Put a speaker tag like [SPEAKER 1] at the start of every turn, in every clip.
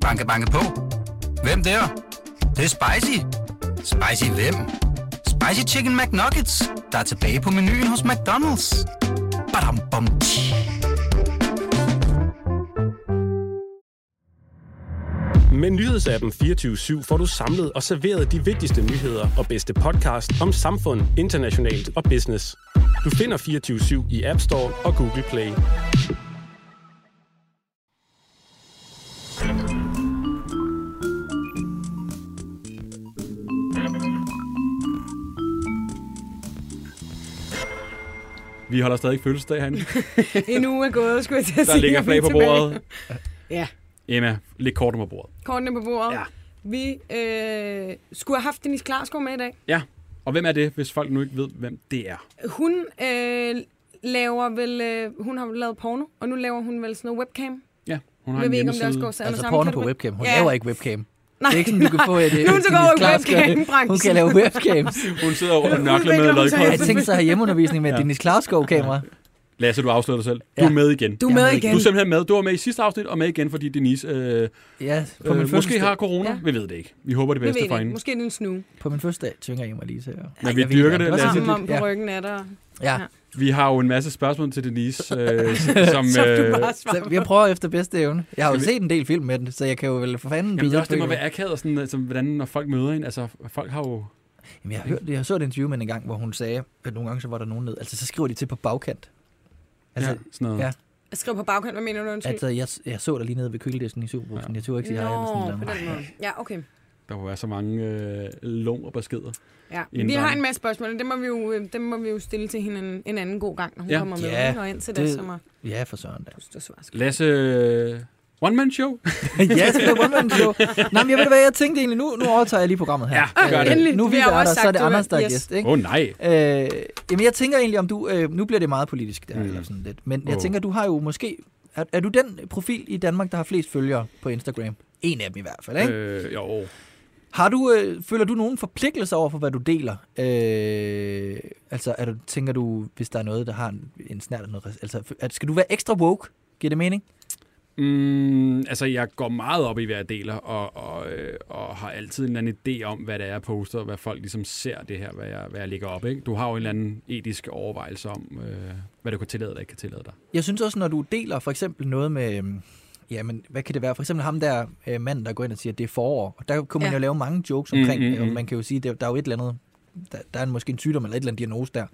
[SPEAKER 1] Banke, banke på. Hvem der? Det, er? det er spicy. Spicy hvem? Spicy Chicken McNuggets, der er tilbage på menuen hos McDonald's. Badum, bom, tji.
[SPEAKER 2] Altså,
[SPEAKER 3] Med nyhedsappen 24-7 får du samlet og serveret de vigtigste nyheder og bedste podcast om samfund, internationalt og business. Du finder 24-7 i App Store og Google Play.
[SPEAKER 4] Vi holder stadig fødselsdag herinde.
[SPEAKER 2] En uge er gået, skulle jeg til at
[SPEAKER 4] Der
[SPEAKER 2] sige,
[SPEAKER 4] ligger
[SPEAKER 2] og vi
[SPEAKER 4] flag
[SPEAKER 2] er
[SPEAKER 4] på
[SPEAKER 2] tilbage.
[SPEAKER 4] bordet.
[SPEAKER 2] Ja,
[SPEAKER 4] Emma, læg korten på bordet.
[SPEAKER 2] kortene på bordet.
[SPEAKER 4] Ja.
[SPEAKER 2] Ja. Vi øh, skulle have haft Denise Klarskov med i dag.
[SPEAKER 4] Ja, og hvem er det, hvis folk nu ikke ved, hvem det er?
[SPEAKER 2] Hun øh, laver vel, øh, hun har jo lavet porno, og nu laver hun vel sådan noget webcam.
[SPEAKER 4] Ja, hun har
[SPEAKER 2] Jeg
[SPEAKER 4] en
[SPEAKER 2] ved ikke, om det også
[SPEAKER 4] hjemmeside.
[SPEAKER 2] går sammen
[SPEAKER 5] Altså
[SPEAKER 2] samme
[SPEAKER 5] porno på
[SPEAKER 2] kategori.
[SPEAKER 5] webcam. Hun
[SPEAKER 2] Ja.
[SPEAKER 5] laver ikke webcam.
[SPEAKER 2] Nej,
[SPEAKER 5] det er ikke sådan, du kan få et... øh,
[SPEAKER 2] Nu er hun så
[SPEAKER 5] Dennis
[SPEAKER 2] gået i
[SPEAKER 5] Klarskov.
[SPEAKER 2] webcam-branchen.
[SPEAKER 5] Hun kan lave webcams.
[SPEAKER 4] Hun sidder over og
[SPEAKER 2] Hun
[SPEAKER 4] nørkler med
[SPEAKER 2] udvikler hun sig.
[SPEAKER 4] lodkort.
[SPEAKER 5] Jeg tænkte sig at have hjemmeundervisning med
[SPEAKER 4] Ja.
[SPEAKER 5] ja. Dennis Klarskov-kamera.
[SPEAKER 4] Lasse, du afslører dig selv. Du
[SPEAKER 5] Ja.
[SPEAKER 4] er med igen.
[SPEAKER 2] Du er med
[SPEAKER 5] Jamen,
[SPEAKER 2] igen.
[SPEAKER 4] Du er simpelthen med. Du var med i sidste afsnit og med igen, fordi Denise øh,
[SPEAKER 5] Ja, på min
[SPEAKER 4] øh, måske
[SPEAKER 5] fødselsdag.
[SPEAKER 4] har corona. Ja.
[SPEAKER 2] Ja.
[SPEAKER 4] Vi ved det ikke. Vi håber det
[SPEAKER 2] Vi ved
[SPEAKER 4] bedste for
[SPEAKER 2] det ikke.
[SPEAKER 4] hende.
[SPEAKER 2] Måske er det en snu.
[SPEAKER 5] På min fødselsdag tvinger jeg mig lige til. at-
[SPEAKER 4] Men
[SPEAKER 5] Ej,
[SPEAKER 4] vi
[SPEAKER 5] jeg ved
[SPEAKER 4] dyrker
[SPEAKER 5] ikke,
[SPEAKER 4] det,
[SPEAKER 5] var
[SPEAKER 4] Lasse.
[SPEAKER 5] sådan
[SPEAKER 2] Armen
[SPEAKER 5] lidt-
[SPEAKER 2] om på
[SPEAKER 5] ja.
[SPEAKER 2] ryggen er der.
[SPEAKER 5] Ja.
[SPEAKER 4] Vi har jo en masse spørgsmål til Denise, øh, som...
[SPEAKER 2] Som du
[SPEAKER 4] øh,
[SPEAKER 2] bare
[SPEAKER 5] Så
[SPEAKER 2] svarer
[SPEAKER 5] jeg prøver efter bedste evne. Jeg har jo
[SPEAKER 4] Skal
[SPEAKER 5] set en del film med den, så jeg kan jo vel for fanden
[SPEAKER 4] Jamen, det,
[SPEAKER 5] byde
[SPEAKER 4] er
[SPEAKER 5] ind
[SPEAKER 4] også, det
[SPEAKER 5] på
[SPEAKER 4] må
[SPEAKER 5] et-
[SPEAKER 4] være akavet, og sådan, altså, hvordan, når folk møder en. Altså, folk har jo...
[SPEAKER 5] Jamen, jeg, hørte, jeg så et interview med hende en gang, hvor hun sagde, at nogle gange så var der nogen ned. Altså, så skriver de til på bagkant.
[SPEAKER 4] Altså,
[SPEAKER 5] Altså,
[SPEAKER 4] ja, sådan noget. Ja.
[SPEAKER 5] ja.
[SPEAKER 2] på. Skriv på bagkant, hvad mener du? Undskyld.
[SPEAKER 5] altså jeg, jeg så dig lige nede ved køledisken i Superbrugsen. Ja. Jeg tror ikke, sige hej eller
[SPEAKER 2] Nå,
[SPEAKER 5] sådan
[SPEAKER 2] på
[SPEAKER 5] noget.
[SPEAKER 2] den måde. Ja, okay.
[SPEAKER 4] Der må være så mange øh, lån og beskeder.
[SPEAKER 2] Ja.
[SPEAKER 4] Inden
[SPEAKER 2] Vi
[SPEAKER 4] der er
[SPEAKER 2] har
[SPEAKER 4] en-
[SPEAKER 2] en masse spørgsmål, og dem må vi jo, øh, dem må vi jo stille til hende en, en anden god gang, når hun
[SPEAKER 4] Ja.
[SPEAKER 2] ja. kommer med.
[SPEAKER 5] Ja,
[SPEAKER 2] Og indtil det,
[SPEAKER 5] det-
[SPEAKER 2] det så må
[SPEAKER 5] Ja, for søren da.
[SPEAKER 2] du stå svar.
[SPEAKER 4] Lasse... Øh, One-man-show?
[SPEAKER 5] ja, det blev one show. Nå, men jeg ved du hvad, jeg tænkte egentlig, nu, nu overtager jeg lige programmet her. Øh,
[SPEAKER 4] Ja, gør det.
[SPEAKER 2] Endelig.
[SPEAKER 5] Nu er
[SPEAKER 2] Det
[SPEAKER 5] vi
[SPEAKER 2] vil jeg
[SPEAKER 5] der,
[SPEAKER 2] også
[SPEAKER 5] så er det
[SPEAKER 2] sagt, du
[SPEAKER 5] Anders, der er
[SPEAKER 2] yes.
[SPEAKER 5] gæst. Ikke?
[SPEAKER 4] Åh, oh, nej.
[SPEAKER 5] Øh, jamen, jeg tænker egentlig, om du... Øh, nu bliver det meget politisk, der,
[SPEAKER 4] Mm.
[SPEAKER 5] mm. eller sådan lidt. Men jeg
[SPEAKER 4] Åh.
[SPEAKER 5] tænker, du har jo måske... Er, er du den profil i Danmark, der har flest følgere på Instagram? En af dem i hvert fald, ikke? Øh.
[SPEAKER 4] Øh, jo.
[SPEAKER 5] Har du, øh, føler du nogen forpligtelser over for, hvad du deler? Øh, altså, er du, tænker du, hvis der er noget, der har en, en snært af noget... res- Altså, at, skal du være ekstra woke? Giver det mening?
[SPEAKER 4] Mm, altså, jeg går meget op i, hvad jeg deler, og, og, øh, og har altid en eller anden idé om, hvad det er, jeg poster, og hvad folk ligesom ser det her, hvad jeg, hvad jeg ligger op. Ikke? Du har jo en eller anden etisk overvejelse om, øh, hvad du kan tillade dig og ikke kan tillade dig.
[SPEAKER 5] Jeg synes også, når du deler for eksempel noget med... øhm, Jamen, hvad kan det være? For eksempel ham der øh, mand, der går ind og siger, at det er forår. Og der kunne man
[SPEAKER 2] Ja.
[SPEAKER 5] jo lave mange jokes
[SPEAKER 4] Mm,
[SPEAKER 5] omkring,
[SPEAKER 4] mm,
[SPEAKER 5] mm, mm,
[SPEAKER 4] mm.
[SPEAKER 5] og man kan jo sige, der, der er jo et eller andet... Der, der er måske en sygdom eller et eller andet diagnose der.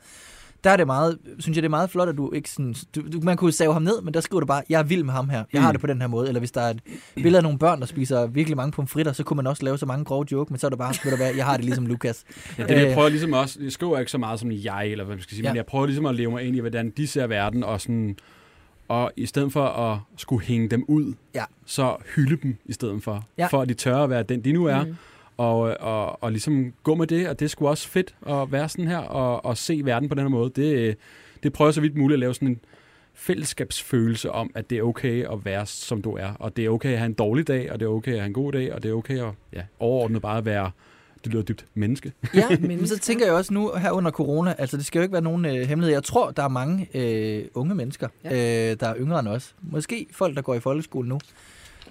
[SPEAKER 5] Der er det meget, synes jeg, det er meget flot, at du ikke sådan... Du, du, man kunne save ham ned, men der skriver du bare, jeg er vild med ham her. Jeg har
[SPEAKER 4] Mm.
[SPEAKER 5] det på den her måde. Eller hvis der er et billede af nogle børn, der spiser virkelig mange pomfritter, så kunne man også lave så mange grove joke, men så er det bare, ved du hvad, jeg har det ligesom Lukas.
[SPEAKER 4] Ja, det, er det, jeg
[SPEAKER 5] Øh.
[SPEAKER 4] prøver ligesom også, jeg skriver ikke så meget som jeg, eller hvad man skal sige, ja. men
[SPEAKER 5] Ja.
[SPEAKER 4] jeg prøver ligesom at leve mig ind i, hvordan de ser verden, og sådan, og i stedet for at skulle hænge dem ud,
[SPEAKER 5] Ja.
[SPEAKER 4] så hylde dem i stedet for,
[SPEAKER 5] Ja.
[SPEAKER 4] for at de tør at være den, de nu er, mm. og, og, og ligesom gå med det, og det er sgu også fedt at være sådan her, og, og se verden på den her måde. Det, det prøver jeg så vidt muligt at lave sådan en fællesskabsfølelse om, at det er okay at være, som du er, og det er okay at have en dårlig dag, og det er okay at have en god dag, og det er okay at ja, overordnet bare være, det lyder dybt, menneske.
[SPEAKER 5] Ja, men så tænker jeg også nu her under corona, altså det skal jo ikke være nogen øh, hemmelighed. Jeg tror, der er mange øh, unge mennesker, ja. øh, der er yngre end os. Måske folk, der går i folkeskole nu,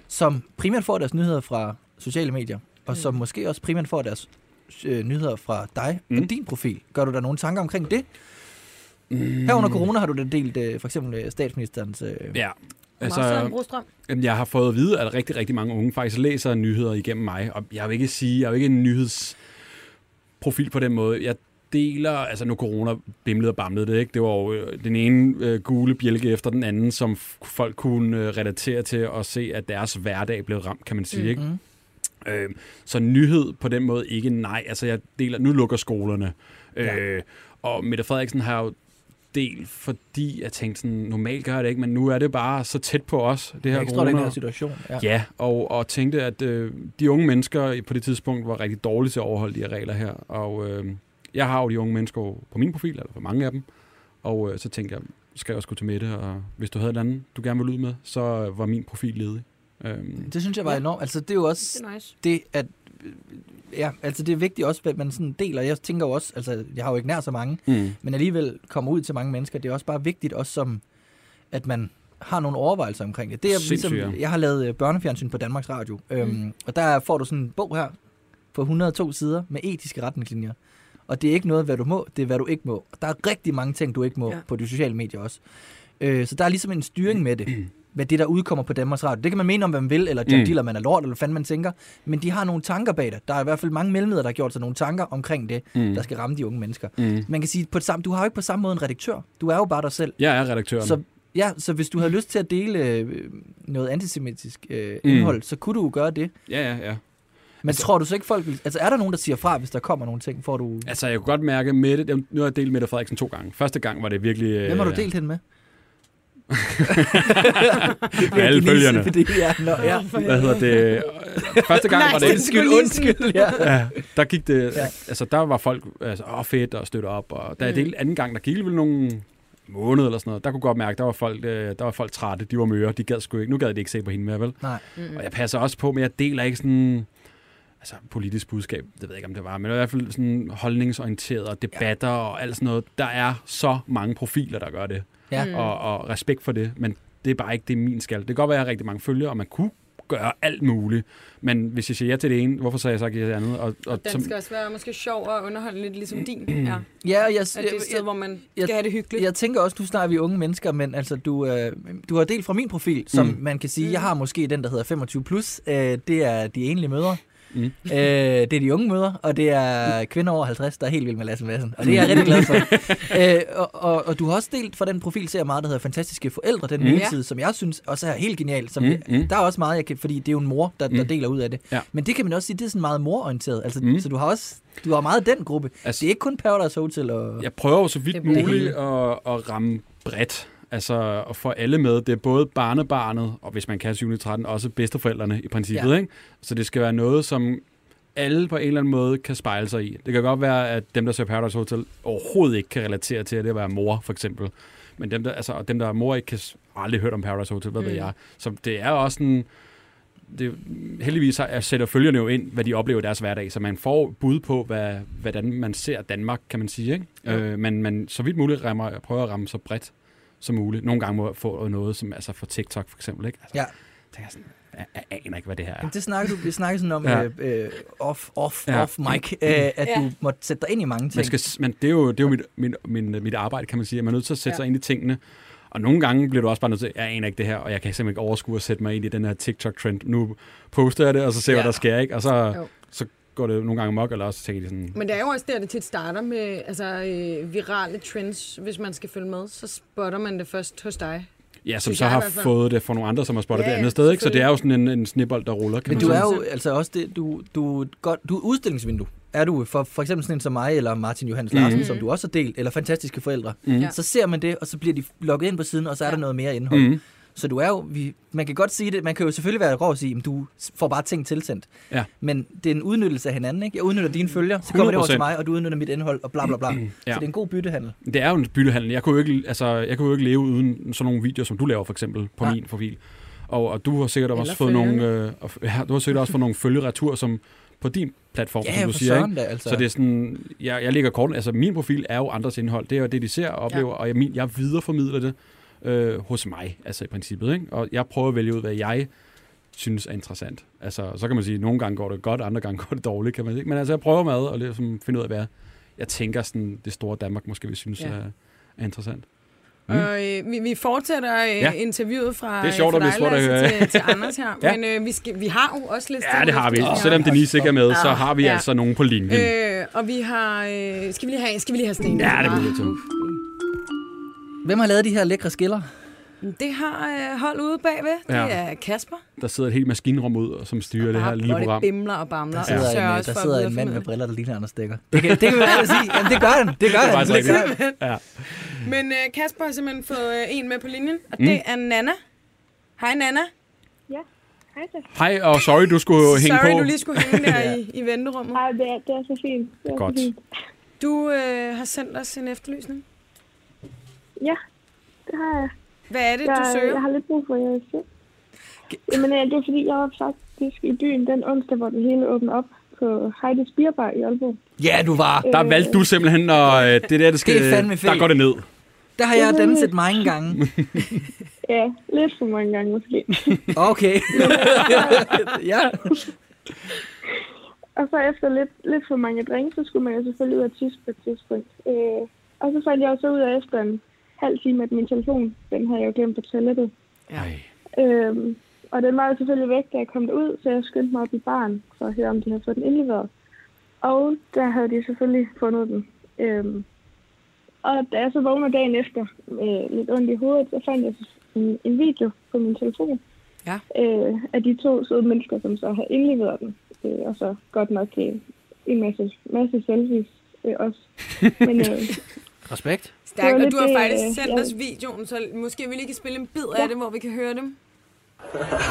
[SPEAKER 5] som primært får deres nyheder fra sociale medier,
[SPEAKER 2] Mm.
[SPEAKER 5] og som måske også primært får deres øh, nyheder fra dig mm.
[SPEAKER 4] Mm.
[SPEAKER 5] og din profil. Gør du dig nogle tanker omkring det? Mm. Her under corona har du da delt øh, for eksempel øh, statsministerens... Øh, ja.
[SPEAKER 4] Ja.
[SPEAKER 2] Altså, Marcel Brostrøm.
[SPEAKER 4] Jamen, jeg har fået at vide, at rigtig, rigtig mange unge faktisk læser nyheder igennem mig, og jeg vil ikke sige, jeg er jo ikke en nyhedsprofil på den måde. Jeg deler, altså nu corona bimlede og bamlede det, ikke? Det var jo øh, den ene øh, gule bjælke efter den anden, som f- folk kunne øh, relatere til og se, at deres hverdag blev ramt, kan man sige, ikke?
[SPEAKER 5] Mm.
[SPEAKER 4] Øh, så nyhed på den måde ikke nej. Altså jeg deler, nu lukker skolerne. Ja.
[SPEAKER 5] Ja.
[SPEAKER 4] Øh, og Mette Frederiksen har jo del, fordi jeg tænkte sådan, normalt gør jeg det ikke, men nu er det bare så tæt på os, det her corona.
[SPEAKER 5] Ekstraordinær situation. Ja.
[SPEAKER 4] Ja, og, og tænkte, at øh, de unge mennesker på det tidspunkt var rigtig dårlige til at overholde de her regler her. Og øh, jeg har jo de unge mennesker jo på min profil, eller for mange af dem. Og øh, så tænkte jeg, skal jeg også gå til Mette, og hvis du havde et eller andet, du gerne ville ud med, så øh, var min profil ledig. Øhm,
[SPEAKER 5] Det synes jeg var
[SPEAKER 2] Ja.
[SPEAKER 5] enormt. Altså det er jo også...
[SPEAKER 2] Det er nice.
[SPEAKER 5] det at øh, Ja, altså det er vigtigt også, hvad man sådan deler. Jeg tænker jo også, altså jeg har jo ikke nær så mange,
[SPEAKER 4] mm.
[SPEAKER 5] men alligevel kommer ud til mange mennesker. Det er også bare vigtigt også som, at man har nogle overvejelser omkring det. Det er
[SPEAKER 4] Sindssygt,
[SPEAKER 5] ligesom,
[SPEAKER 4] ja.
[SPEAKER 5] jeg har lavet øh, børnefjernsyn på Danmarks Radio, øhm, mm. og der får du sådan en bog her på 102 sider med etiske retningslinjer. Og det er ikke noget, hvad du må, det er, hvad du ikke må. Og der er rigtig mange ting, du ikke må
[SPEAKER 2] Ja.
[SPEAKER 5] ja. på de sociale medier også. Øh, så der er ligesom en styring med det, hvad det, der udkommer på Danmarks Radio. Det kan man mene om, hvad man vil, eller John
[SPEAKER 4] Mm.
[SPEAKER 5] mm. Dillermand er lort, eller hvad fanden man tænker. Men de har nogle tanker bag det. Der er i hvert fald mange mellemledere, der har gjort sig nogle tanker omkring det,
[SPEAKER 4] Mm.
[SPEAKER 5] mm. der skal ramme de unge mennesker.
[SPEAKER 4] Mm.
[SPEAKER 5] Man kan sige, på samme, du har jo ikke på samme måde en redaktør. Du er jo bare dig selv.
[SPEAKER 4] Jeg er redaktøren.
[SPEAKER 5] Så, ja, så hvis du havde lyst til at dele øh, noget antisemitisk øh,
[SPEAKER 4] Mm.
[SPEAKER 5] indhold, så kunne du jo gøre det.
[SPEAKER 4] Ja, ja, ja.
[SPEAKER 5] Men altså, tror du så ikke folk... vil- Altså er der nogen, der siger fra, hvis der kommer nogle ting, får du...
[SPEAKER 4] Altså, jeg kunne godt mærke, Mette, jamen, nu har jeg delt Mette Frederiksen to gange. Første gang var det virkelig... øh,
[SPEAKER 5] Hvem har du delt hende med?
[SPEAKER 4] Med alle følgerne.
[SPEAKER 5] Fordi, ja, nå, ja.
[SPEAKER 4] Hvad hedder det? Første gang var det...
[SPEAKER 5] Undskyld, undskyld. Ja.
[SPEAKER 4] Ja, der gik det...
[SPEAKER 5] Ja.
[SPEAKER 4] Altså, der var folk altså, åh, fedt og støtte op. Og da jeg delte anden gang, der gik vel nogle måned eller sådan noget, der kunne jeg godt mærke, der var folk, øh, der var folk trætte, de var møre, de gad sgu ikke. Nu gad de ikke se på hende mere, vel?
[SPEAKER 5] Nej.
[SPEAKER 4] Og jeg passer også på, men jeg deler ikke sådan altså politisk budskab, det ved jeg ikke, om det var, men i hvert fald sådan holdningsorienteret og debatter og alt sådan noget. Der er så mange profiler, der gør det,
[SPEAKER 5] Ja.
[SPEAKER 2] Mm.
[SPEAKER 4] og, og respekt for det, men det er bare ikke det er min skal. Det kan godt være, at jeg har rigtig mange følgere, og man kunne gøre alt muligt, men hvis jeg siger ja til det ene, hvorfor så jeg så ikke ja til det andet? Og, og
[SPEAKER 2] Den skal også være måske sjov og underholdende, lidt ligesom din. Ja.
[SPEAKER 5] Ja, og jeg,
[SPEAKER 2] At det er et sted,
[SPEAKER 5] jeg,
[SPEAKER 2] hvor man
[SPEAKER 5] jeg-
[SPEAKER 2] skal have det hyggeligt.
[SPEAKER 5] jeg, jeg tænker også, du snakker vi er unge mennesker, men altså, du, øh, du har delt fra min profil, som
[SPEAKER 4] Mm.
[SPEAKER 5] mm. man kan sige,
[SPEAKER 2] Mm.
[SPEAKER 5] jeg har måske den, der hedder 25+, plus. Øh, det er de enlige mødre,
[SPEAKER 4] Mm.
[SPEAKER 5] mm. øh, det er de unge mødre, og det er kvinder over 50, der er helt vild med Lasse Madsen, og det er jeg rigtig glad for. øh, og, og, og du har også delt fra den profil, ser jeg meget, der hedder Fantastiske Forældre, den
[SPEAKER 4] Mm.
[SPEAKER 5] mm.
[SPEAKER 2] Ja.
[SPEAKER 5] hjemmeside, som jeg synes også er helt genial. Som
[SPEAKER 4] Mm, mm.
[SPEAKER 5] Der er også meget, jeg kan, fordi det er jo en mor, der, der
[SPEAKER 4] Mm.
[SPEAKER 5] deler ud af det.
[SPEAKER 4] Ja.
[SPEAKER 5] Men det kan man også sige, det er sådan meget mororienteret, altså,
[SPEAKER 4] Mm.
[SPEAKER 5] mm. så du har også du har meget den gruppe.
[SPEAKER 4] Altså-
[SPEAKER 5] Altså, det er ikke kun Paradise Hotel og...
[SPEAKER 4] Jeg prøver jo så vidt
[SPEAKER 2] Det bliver
[SPEAKER 4] muligt
[SPEAKER 5] det
[SPEAKER 4] at, at ramme bredt. Altså at få alle med. Det er både barnebarnet, og hvis man kan 7. 13, også bedsteforældrene i princippet. Ja.
[SPEAKER 5] Ja.
[SPEAKER 4] Ikke? Så det skal være noget, som alle på en eller anden måde kan spejle sig i. Det kan godt være, at dem, der ser Paradise Hotel, overhovedet ikke kan relatere til at det at være mor, for eksempel. Men dem, der, altså, og dem, der er mor, ikke kan s- har aldrig hørt om Paradise Hotel, hvad mm. ved
[SPEAKER 2] Mm.
[SPEAKER 4] jeg. Så det er også sådan... Det, heldigvis har- sætter følgerne jo ind, hvad de oplever i deres hverdag, så man får bud på, hvad, hvordan man ser Danmark, kan man sige. Ikke?
[SPEAKER 2] Jo.
[SPEAKER 4] Øh, men man så vidt muligt rammer, prøver at ramme så bredt som muligt. Nogle gange må jeg få noget, som altså for TikTok for eksempel. Ikke? Altså,
[SPEAKER 5] Ja.
[SPEAKER 4] tænker jeg, sådan, jeg, jeg aner ikke, hvad det her er.
[SPEAKER 5] Jamen, det snakker du, vi snakker sådan om
[SPEAKER 4] Ja.
[SPEAKER 5] ja. øh, øh, off, off,
[SPEAKER 4] Ja. Mm.
[SPEAKER 5] ja. off mic, øh, at
[SPEAKER 2] Ja.
[SPEAKER 5] ja. du måtte sætte dig ind i mange ting.
[SPEAKER 4] Man skal, men det er jo, det er jo mit, min, min, mit arbejde, kan man sige. at Man er nødt til at sætte
[SPEAKER 2] Ja.
[SPEAKER 4] ja. sig ind i tingene. Og nogle gange bliver du også bare nødt til, jeg aner ikke det her, og jeg kan simpelthen ikke overskue at sætte mig ind i den her TikTok-trend. Nu poster jeg det, og så ser jeg, ja.
[SPEAKER 5] Ja.
[SPEAKER 4] hvad der sker, ikke? Og så,
[SPEAKER 2] Jo.
[SPEAKER 4] så går det nogle gange mok, eller også tænker de sådan,
[SPEAKER 2] Men det er jo også der, det tit starter med altså, øh, virale trends. Hvis man skal følge med, så spotter man det først hos dig.
[SPEAKER 4] Ja, som
[SPEAKER 2] Synes
[SPEAKER 4] så
[SPEAKER 2] jeg i
[SPEAKER 4] har
[SPEAKER 2] hvert fald.
[SPEAKER 4] fået det fra nogle andre, som har spottet
[SPEAKER 2] Ja,
[SPEAKER 4] ja, det
[SPEAKER 2] ja,
[SPEAKER 4] andet sted. Ikke? Så det
[SPEAKER 2] selvfølgelig.
[SPEAKER 4] er jo sådan en, en snibbold, der ruller. Kan
[SPEAKER 5] Men
[SPEAKER 4] man
[SPEAKER 5] du
[SPEAKER 4] sige.
[SPEAKER 5] er jo altså også det, du, du, er et godt, du er udstillingsvindue. Er du for, for eksempel sådan en som mig, eller Martin Johannes
[SPEAKER 4] Mhm.
[SPEAKER 5] Larsen, mm. som du også har delt, eller fantastiske forældre,
[SPEAKER 4] Mhm.
[SPEAKER 5] mm.
[SPEAKER 2] Ja.
[SPEAKER 5] så ser man det, og så bliver de logget ind på siden, og så er der
[SPEAKER 2] Ja.
[SPEAKER 5] noget mere indhold. Mm.
[SPEAKER 4] Mm.
[SPEAKER 5] Så du er jo, vi, man kan godt sige det, man kan jo selvfølgelig være grov og sige, at du får bare ting tilsendt.
[SPEAKER 4] Ja.
[SPEAKER 5] Men det er en udnyttelse af hinanden, ikke? Jeg udnytter dine følger, så kommer det over
[SPEAKER 4] 100%.
[SPEAKER 5] til mig, og du udnytter mit indhold, og bla bla bla. ja. Så det er en god byttehandel.
[SPEAKER 4] Det er jo en byttehandel. Jeg kunne jo ikke, altså, jeg kunne jo ikke leve uden sådan nogle videoer, som du laver for eksempel på ja.
[SPEAKER 5] Nej.
[SPEAKER 4] min profil. Og, og du har sikkert
[SPEAKER 2] Eller
[SPEAKER 4] også fået
[SPEAKER 2] følgerne.
[SPEAKER 4] nogle, øh, og- ja, du har sikkert også fået nogle følgeretur, som på din platform,
[SPEAKER 5] Ja,
[SPEAKER 4] som du
[SPEAKER 5] for
[SPEAKER 4] siger.
[SPEAKER 5] søren
[SPEAKER 4] Ikke?
[SPEAKER 5] da, altså.
[SPEAKER 4] Så det er sådan, jeg, jeg ligger kort, altså min profil er jo andres indhold. Det er jo det, de ser og oplever, ja. og jeg, min, jeg videreformidler det øh, hos mig, altså i princippet. Ikke? Og jeg prøver at vælge ud, hvad jeg synes er interessant. Altså, så kan man sige, at nogle gange går det godt, andre gange går det dårligt, kan man sige. Men altså, jeg prøver med at ligesom finde ud af, hvad jeg tænker, sådan, det store Danmark måske vil synes
[SPEAKER 2] Ja.
[SPEAKER 4] ja. er, er interessant.
[SPEAKER 2] Mm. Og øh, vi, vi fortsætter øh,
[SPEAKER 4] Ja.
[SPEAKER 2] ja. interviewet fra,
[SPEAKER 4] Det er sjovt, at
[SPEAKER 2] øh,
[SPEAKER 4] vi
[SPEAKER 2] fra
[SPEAKER 4] får det,
[SPEAKER 2] Lasse,
[SPEAKER 4] øh.
[SPEAKER 2] til, til Anders her.
[SPEAKER 4] Ja.
[SPEAKER 2] ja. Men øh, vi, skal, vi har jo også lidt
[SPEAKER 4] Ja, det har vi.
[SPEAKER 2] stemmer-
[SPEAKER 4] Selvom Denise ikke er med, så har vi
[SPEAKER 2] Ja.
[SPEAKER 4] altså nogen på linjen. Øh,
[SPEAKER 2] Øh, og vi har... Øh, skal, vi lige have, skal vi lige have sten?
[SPEAKER 4] ja, det er vi nødt til.
[SPEAKER 5] Hvem har lavet de her lækre skiller?
[SPEAKER 2] Det har øh, hold ude bagved. Det
[SPEAKER 4] Ja.
[SPEAKER 2] er Kasper.
[SPEAKER 4] Der sidder et helt maskinrum ud, som styrer det her
[SPEAKER 2] Bare
[SPEAKER 4] lille
[SPEAKER 2] flotte
[SPEAKER 4] program.
[SPEAKER 2] bimler og bamler.
[SPEAKER 5] Der
[SPEAKER 2] og
[SPEAKER 5] sidder,
[SPEAKER 2] sørger
[SPEAKER 5] ja, en, øh,
[SPEAKER 2] også
[SPEAKER 5] der
[SPEAKER 2] for at
[SPEAKER 5] sidder en mand
[SPEAKER 2] videreformidle.
[SPEAKER 5] med briller, der ligner Anders Dækker. Det kan, det kan vi alle sige. Jamen, det gør han. Det gør
[SPEAKER 4] Det er
[SPEAKER 5] han.
[SPEAKER 4] faktisk
[SPEAKER 5] Det gør
[SPEAKER 4] rigtigt.
[SPEAKER 5] han.
[SPEAKER 4] Ja.
[SPEAKER 2] Men øh, Kasper har simpelthen fået øh, en med på linjen, og
[SPEAKER 4] Mm.
[SPEAKER 2] det er Nana. Hej Nana.
[SPEAKER 6] Ja, hej så.
[SPEAKER 4] Hej, og sorry, du skulle hænge
[SPEAKER 2] Sorry,
[SPEAKER 4] på.
[SPEAKER 2] du lige skulle hænge der i, i venterummet.
[SPEAKER 6] Ej, det, er, det er så fint. Det er
[SPEAKER 4] Godt.
[SPEAKER 6] Så fint.
[SPEAKER 2] Du øh, har sendt os en efterlysning.
[SPEAKER 6] Ja, det har jeg.
[SPEAKER 2] Hvad er det, du
[SPEAKER 6] Jeg, jeg
[SPEAKER 2] søger?
[SPEAKER 6] har lidt brug for jeres hjælp. Jamen, øh, det er fordi, jeg var faktisk i byen den onsdag, hvor det hele åbner op på Heidi's Bierbar i Aalborg.
[SPEAKER 5] Ja, du var.
[SPEAKER 4] Der valgte du simpelthen, og øh, det er der, det skal,
[SPEAKER 5] Det er fandme fedt.
[SPEAKER 4] der går det ned.
[SPEAKER 5] Der har jeg danset mange gange.
[SPEAKER 2] Ja, lidt for mange gange måske.
[SPEAKER 5] Okay. ja.
[SPEAKER 2] Og så efter lidt, lidt for mange drinks, så skulle man jo selvfølgelig ud af tisse på et tidspunkt. Øh, og så fandt jeg også ud af efter en halv time, at min telefon, den havde jeg jo glemt på toilettet.
[SPEAKER 7] Ja.
[SPEAKER 2] Øh, og den var jo selvfølgelig væk, da jeg kom derud, så jeg skyndte mig op i baren for at høre, om de havde fået den indleveret. Og der havde de selvfølgelig fundet den. Øh, og da jeg så vågnede dagen efter med lidt ondt i hovedet, så fandt jeg en, en video på min telefon
[SPEAKER 8] Ja.
[SPEAKER 2] øh, af de to søde mennesker, som så har indleveret den. Øh, og så godt nok øh, en masse, masse selfies øh, også. Men øh,
[SPEAKER 5] Respekt.
[SPEAKER 8] Stærk,
[SPEAKER 2] Det var
[SPEAKER 8] og
[SPEAKER 2] lidt
[SPEAKER 8] du har
[SPEAKER 2] det,
[SPEAKER 8] faktisk
[SPEAKER 2] øh,
[SPEAKER 8] sendt
[SPEAKER 2] jeg-
[SPEAKER 8] os videoen, så måske vi lige kan spille en bid af det, hvor vi kan høre dem.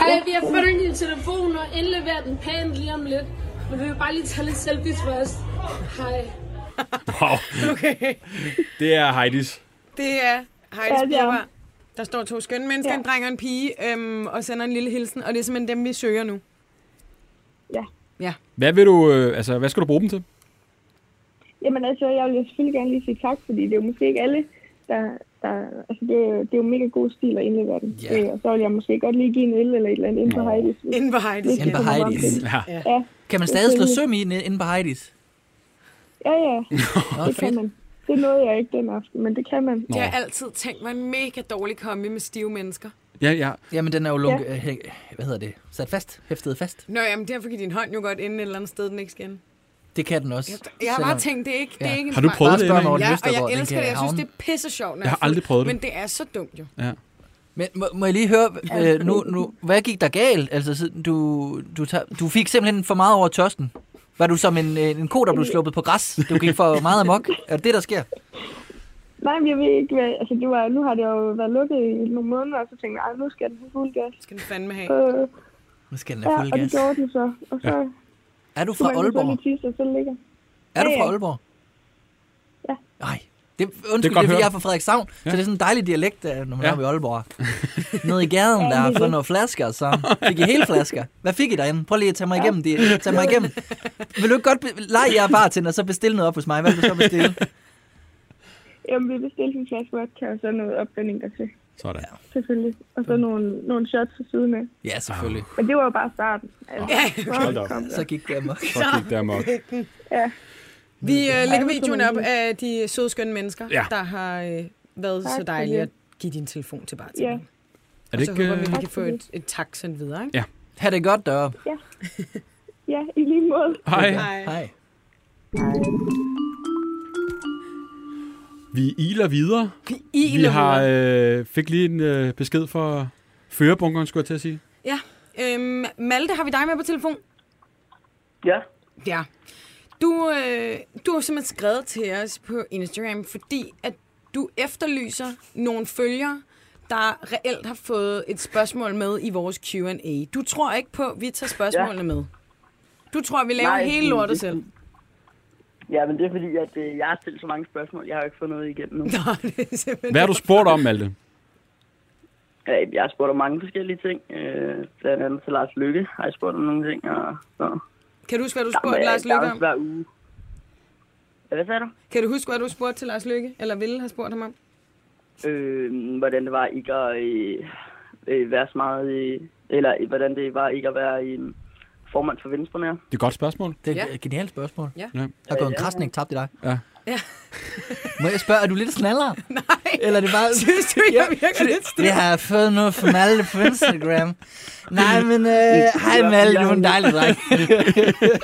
[SPEAKER 9] Ej, vi har fået den i telefonen og indleveret den pænt lige om lidt. Men vi vil bare lige tage lidt selfies først. Hej.
[SPEAKER 4] Wow.
[SPEAKER 7] Okay.
[SPEAKER 4] Det er Heidis.
[SPEAKER 8] Det er Heidi
[SPEAKER 2] Ja, det er.
[SPEAKER 8] Spirberg. Der står to skønne mennesker, ja.
[SPEAKER 2] Ja.
[SPEAKER 8] en dreng og en pige, øhm, og sender en lille hilsen, og det er simpelthen dem, vi søger nu.
[SPEAKER 4] Hvad vil du, øh, altså, hvad skal du bruge dem til?
[SPEAKER 2] jamen altså, jeg vil jo selvfølgelig gerne lige sige tak, fordi det er jo måske ikke alle, der... der altså, det, er jo- det er jo mega god stil at indlevere den.
[SPEAKER 5] Ja.
[SPEAKER 2] Øh, og så vil jeg måske godt lige give en øl eller et eller andet ind på Heidi's. hvis-
[SPEAKER 8] Inden på Heidi.
[SPEAKER 2] hvis
[SPEAKER 5] Inde på
[SPEAKER 2] det kommer op
[SPEAKER 5] Heidi's.
[SPEAKER 2] til det.
[SPEAKER 4] Ja.
[SPEAKER 2] Ja,
[SPEAKER 5] Kan man stadig slå søm i den inde på Heidi's?
[SPEAKER 2] ja, ja.
[SPEAKER 5] Nå,
[SPEAKER 2] Det kan
[SPEAKER 5] fedt.
[SPEAKER 2] man. Det nåede jeg ikke den aften, men det kan man.
[SPEAKER 8] Det har jeg altid tænkt mig en mega dårlig kombi med stive mennesker.
[SPEAKER 4] Ja, ja.
[SPEAKER 5] Jamen, den er jo lunk... Ja. Hvad hedder det? Sat fast. Hæftet fast.
[SPEAKER 8] Nå, jamen derfor kan din hånd jo godt ende et eller andet sted, den ikke skal ende.
[SPEAKER 5] Det kan den også.
[SPEAKER 8] Jeg, jeg har bare tænkt, det er ikke, det er
[SPEAKER 5] Ja.
[SPEAKER 8] ikke en
[SPEAKER 4] Har du
[SPEAKER 8] fejl.
[SPEAKER 4] prøvet
[SPEAKER 5] Bare
[SPEAKER 4] det,
[SPEAKER 5] spørg
[SPEAKER 4] Emma?
[SPEAKER 5] Morten
[SPEAKER 8] Ja, og
[SPEAKER 5] Østergaard,
[SPEAKER 8] jeg
[SPEAKER 5] den
[SPEAKER 8] elsker
[SPEAKER 5] kan
[SPEAKER 8] det. Jeg
[SPEAKER 5] havne.
[SPEAKER 8] synes, det er pisse sjovt, når
[SPEAKER 4] Jeg har
[SPEAKER 8] er fuld.
[SPEAKER 4] aldrig prøvet det.
[SPEAKER 8] Men det er så dumt jo.
[SPEAKER 4] ja.
[SPEAKER 5] Men må, må jeg lige høre, øh, nu, nu, hvad gik der galt? Altså, siden du, du, tager, du fik simpelthen for meget over tørsten. Var du som en, øh, en ko, der blev sluppet på græs? Du gik for meget amok? Er det det, der sker?
[SPEAKER 2] Nej, men jeg ved ikke, hvad, altså det var, nu har det jo været lukket i nogle måneder, og så tænkte jeg, "Ej, nu skal den have fuld gas.
[SPEAKER 8] Skal du fandme have.
[SPEAKER 2] Øh,
[SPEAKER 5] Nu skal den
[SPEAKER 2] ja,
[SPEAKER 5] have fuld
[SPEAKER 2] og det
[SPEAKER 5] gas.
[SPEAKER 2] gjorde den så. Og så ja.
[SPEAKER 5] Er du fra Aalborg?
[SPEAKER 2] Tisse, og så ligger.
[SPEAKER 5] Er du
[SPEAKER 2] Ja,
[SPEAKER 5] fra
[SPEAKER 2] ja.
[SPEAKER 5] Aalborg?
[SPEAKER 2] Ja.
[SPEAKER 5] Nej. Det, undskyld, det
[SPEAKER 4] godt
[SPEAKER 5] er, fordi
[SPEAKER 4] hørt.
[SPEAKER 5] jeg er fra Frederikshavn, ja. så det er sådan en dejlig dialekt, øh, når man
[SPEAKER 4] Ja.
[SPEAKER 5] ja. er i Aalborg. Nede i gaden,
[SPEAKER 2] Ja,
[SPEAKER 5] der
[SPEAKER 2] lige
[SPEAKER 5] har
[SPEAKER 2] det.
[SPEAKER 5] fået nogle flasker, så fik I hele flasker. Hvad fik I derinde? Prøv lige at tage mig igennem. Det. Tag mig igennem. Vil du ikke godt be- lege jer bartender, og så bestille noget op hos mig? Hvad vil du så bestille?
[SPEAKER 2] Jamen, vi bestilte en flaske vodka, og så noget opblanding dertil,
[SPEAKER 4] Sådan.
[SPEAKER 2] selvfølgelig. Og så nogle, nogle shots ved siden af.
[SPEAKER 5] Ja, selvfølgelig.
[SPEAKER 2] Men det var jo bare starten. Altså,
[SPEAKER 8] Ja,
[SPEAKER 10] Hold op.
[SPEAKER 5] Så gik det amok.
[SPEAKER 4] Så gik det amok.
[SPEAKER 8] vi øh, lægger
[SPEAKER 2] det er
[SPEAKER 8] videoen
[SPEAKER 2] sådan
[SPEAKER 8] op af de søde, skønne mennesker,
[SPEAKER 4] Ja.
[SPEAKER 8] der har øh, været
[SPEAKER 2] Tak
[SPEAKER 8] så
[SPEAKER 2] for
[SPEAKER 8] dejlige
[SPEAKER 2] det.
[SPEAKER 8] at give din telefon til
[SPEAKER 2] ja,
[SPEAKER 8] bartenderen.
[SPEAKER 4] Er
[SPEAKER 8] Og
[SPEAKER 4] det
[SPEAKER 8] så
[SPEAKER 4] ikke...
[SPEAKER 8] håber
[SPEAKER 4] øh,
[SPEAKER 8] vi, vi kan
[SPEAKER 2] Tak
[SPEAKER 8] få
[SPEAKER 2] for
[SPEAKER 8] et, et tak sendt videre. Ikke?
[SPEAKER 5] Ha' det godt deroppe.
[SPEAKER 2] ja, i lige måde.
[SPEAKER 4] Hej.
[SPEAKER 5] Hej.
[SPEAKER 4] Vi iler videre.
[SPEAKER 8] Vi
[SPEAKER 4] Vi
[SPEAKER 8] iler
[SPEAKER 4] har
[SPEAKER 8] videre.
[SPEAKER 4] øh, fik lige en øh, besked fra førerbunkeren, skulle jeg til at sige.
[SPEAKER 8] Ja. Øhm, Malte, har vi dig med på telefon?
[SPEAKER 11] Ja,
[SPEAKER 8] Ja. Du, øh, du har simpelthen skrevet til os på Instagram, fordi at du efterlyser nogle følgere, der reelt har fået et spørgsmål med i vores Q&A. Du tror ikke på, at vi tager spørgsmålene ja. med. Du tror, vi laver
[SPEAKER 11] Nej,
[SPEAKER 8] Nej, hele
[SPEAKER 11] det-
[SPEAKER 8] lortet
[SPEAKER 11] det-
[SPEAKER 8] selv.
[SPEAKER 11] ja men det er fordi, at øh, jeg har stillet så mange spørgsmål. Jeg har jo ikke fået noget igennem nu.
[SPEAKER 8] Nå, det er simpelthen...
[SPEAKER 4] Hvad har du spurgt om, Malte?
[SPEAKER 11] Øh, Jeg har spurgt om mange forskellige ting. Øh, blandt andet til Lars Lykke har jeg spurgt om nogle ting. Og, så.
[SPEAKER 8] Kan du huske, hvad du
[SPEAKER 11] Der var-
[SPEAKER 8] spurgte
[SPEAKER 12] øh,
[SPEAKER 8] Lars Lykke
[SPEAKER 11] Der var
[SPEAKER 8] om?
[SPEAKER 11] hver uge. Ja, Hvad sagde du?
[SPEAKER 8] Kan du huske, hvad du spurgte til Lars Lykke? Eller ville have spurgt ham om?
[SPEAKER 11] Øh, hvordan det var ikke at øh, øh, være så meget... Øh, eller øh, hvordan det var ikke at være øh, formand for Venstre mere.
[SPEAKER 4] Det er et godt spørgsmål.
[SPEAKER 5] Det er
[SPEAKER 8] Ja.
[SPEAKER 5] et genialt spørgsmål.
[SPEAKER 8] Ja.
[SPEAKER 4] Ja.
[SPEAKER 5] Der er gået en krasning tabt i dig.
[SPEAKER 4] Ja.
[SPEAKER 8] Ja.
[SPEAKER 5] Må jeg spørge, er du lidt snallere?
[SPEAKER 8] Nej,
[SPEAKER 5] Eller er det bare...
[SPEAKER 8] synes du, jeg virker lidt stiv?
[SPEAKER 5] Det har jeg fået noget fra Malte på Instagram. Nej, men øh, hej Malte, du er en dejlig dreng.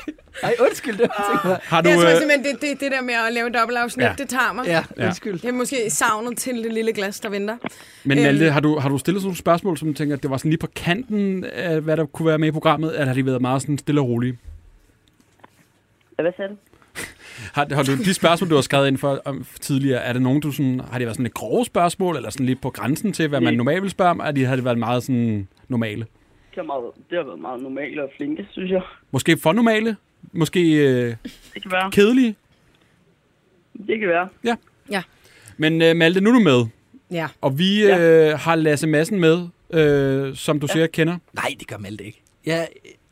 [SPEAKER 5] Ah. Ej, undskyld, det var tænkt mig.
[SPEAKER 4] Har du,
[SPEAKER 8] Jeg tror
[SPEAKER 4] øh,
[SPEAKER 8] simpelthen, det, det, det der med at lave dobbeltafsnit,
[SPEAKER 4] Ja.
[SPEAKER 8] ja. det tager mig.
[SPEAKER 5] Ja,
[SPEAKER 4] Ja.
[SPEAKER 5] undskyld.
[SPEAKER 8] Det er måske savnet til det lille glas, der venter.
[SPEAKER 4] men
[SPEAKER 8] øhm,
[SPEAKER 4] Malte, har du, har du stillet sådan nogle spørgsmål, som du tænker, at det var sådan lige på kanten af, hvad der kunne være med i programmet, eller har de været meget sådan stille og rolige?
[SPEAKER 11] Ja, Hvad sagde du?
[SPEAKER 4] Har, har du de spørgsmål, du har skrevet ind for om, tidligere, er det nogen, du sådan, har det været sådan lidt grove spørgsmål, eller sådan lidt på grænsen til, hvad man
[SPEAKER 11] Nej.
[SPEAKER 4] normalt vil spørge om, eller har det været meget sådan normale?
[SPEAKER 11] Det har, meget, det har været meget normalt og flinke, synes jeg.
[SPEAKER 4] Måske for normale? Måske øh,
[SPEAKER 11] Det kan være.
[SPEAKER 4] kedelige?
[SPEAKER 11] Det kan være.
[SPEAKER 4] Men øh, Malte, nu er du med,
[SPEAKER 8] Ja.
[SPEAKER 4] og vi øh, har Lasse Madsen med, øh, som du ja. sikkert kender.
[SPEAKER 5] Nej, det gør Malte ikke. Ja,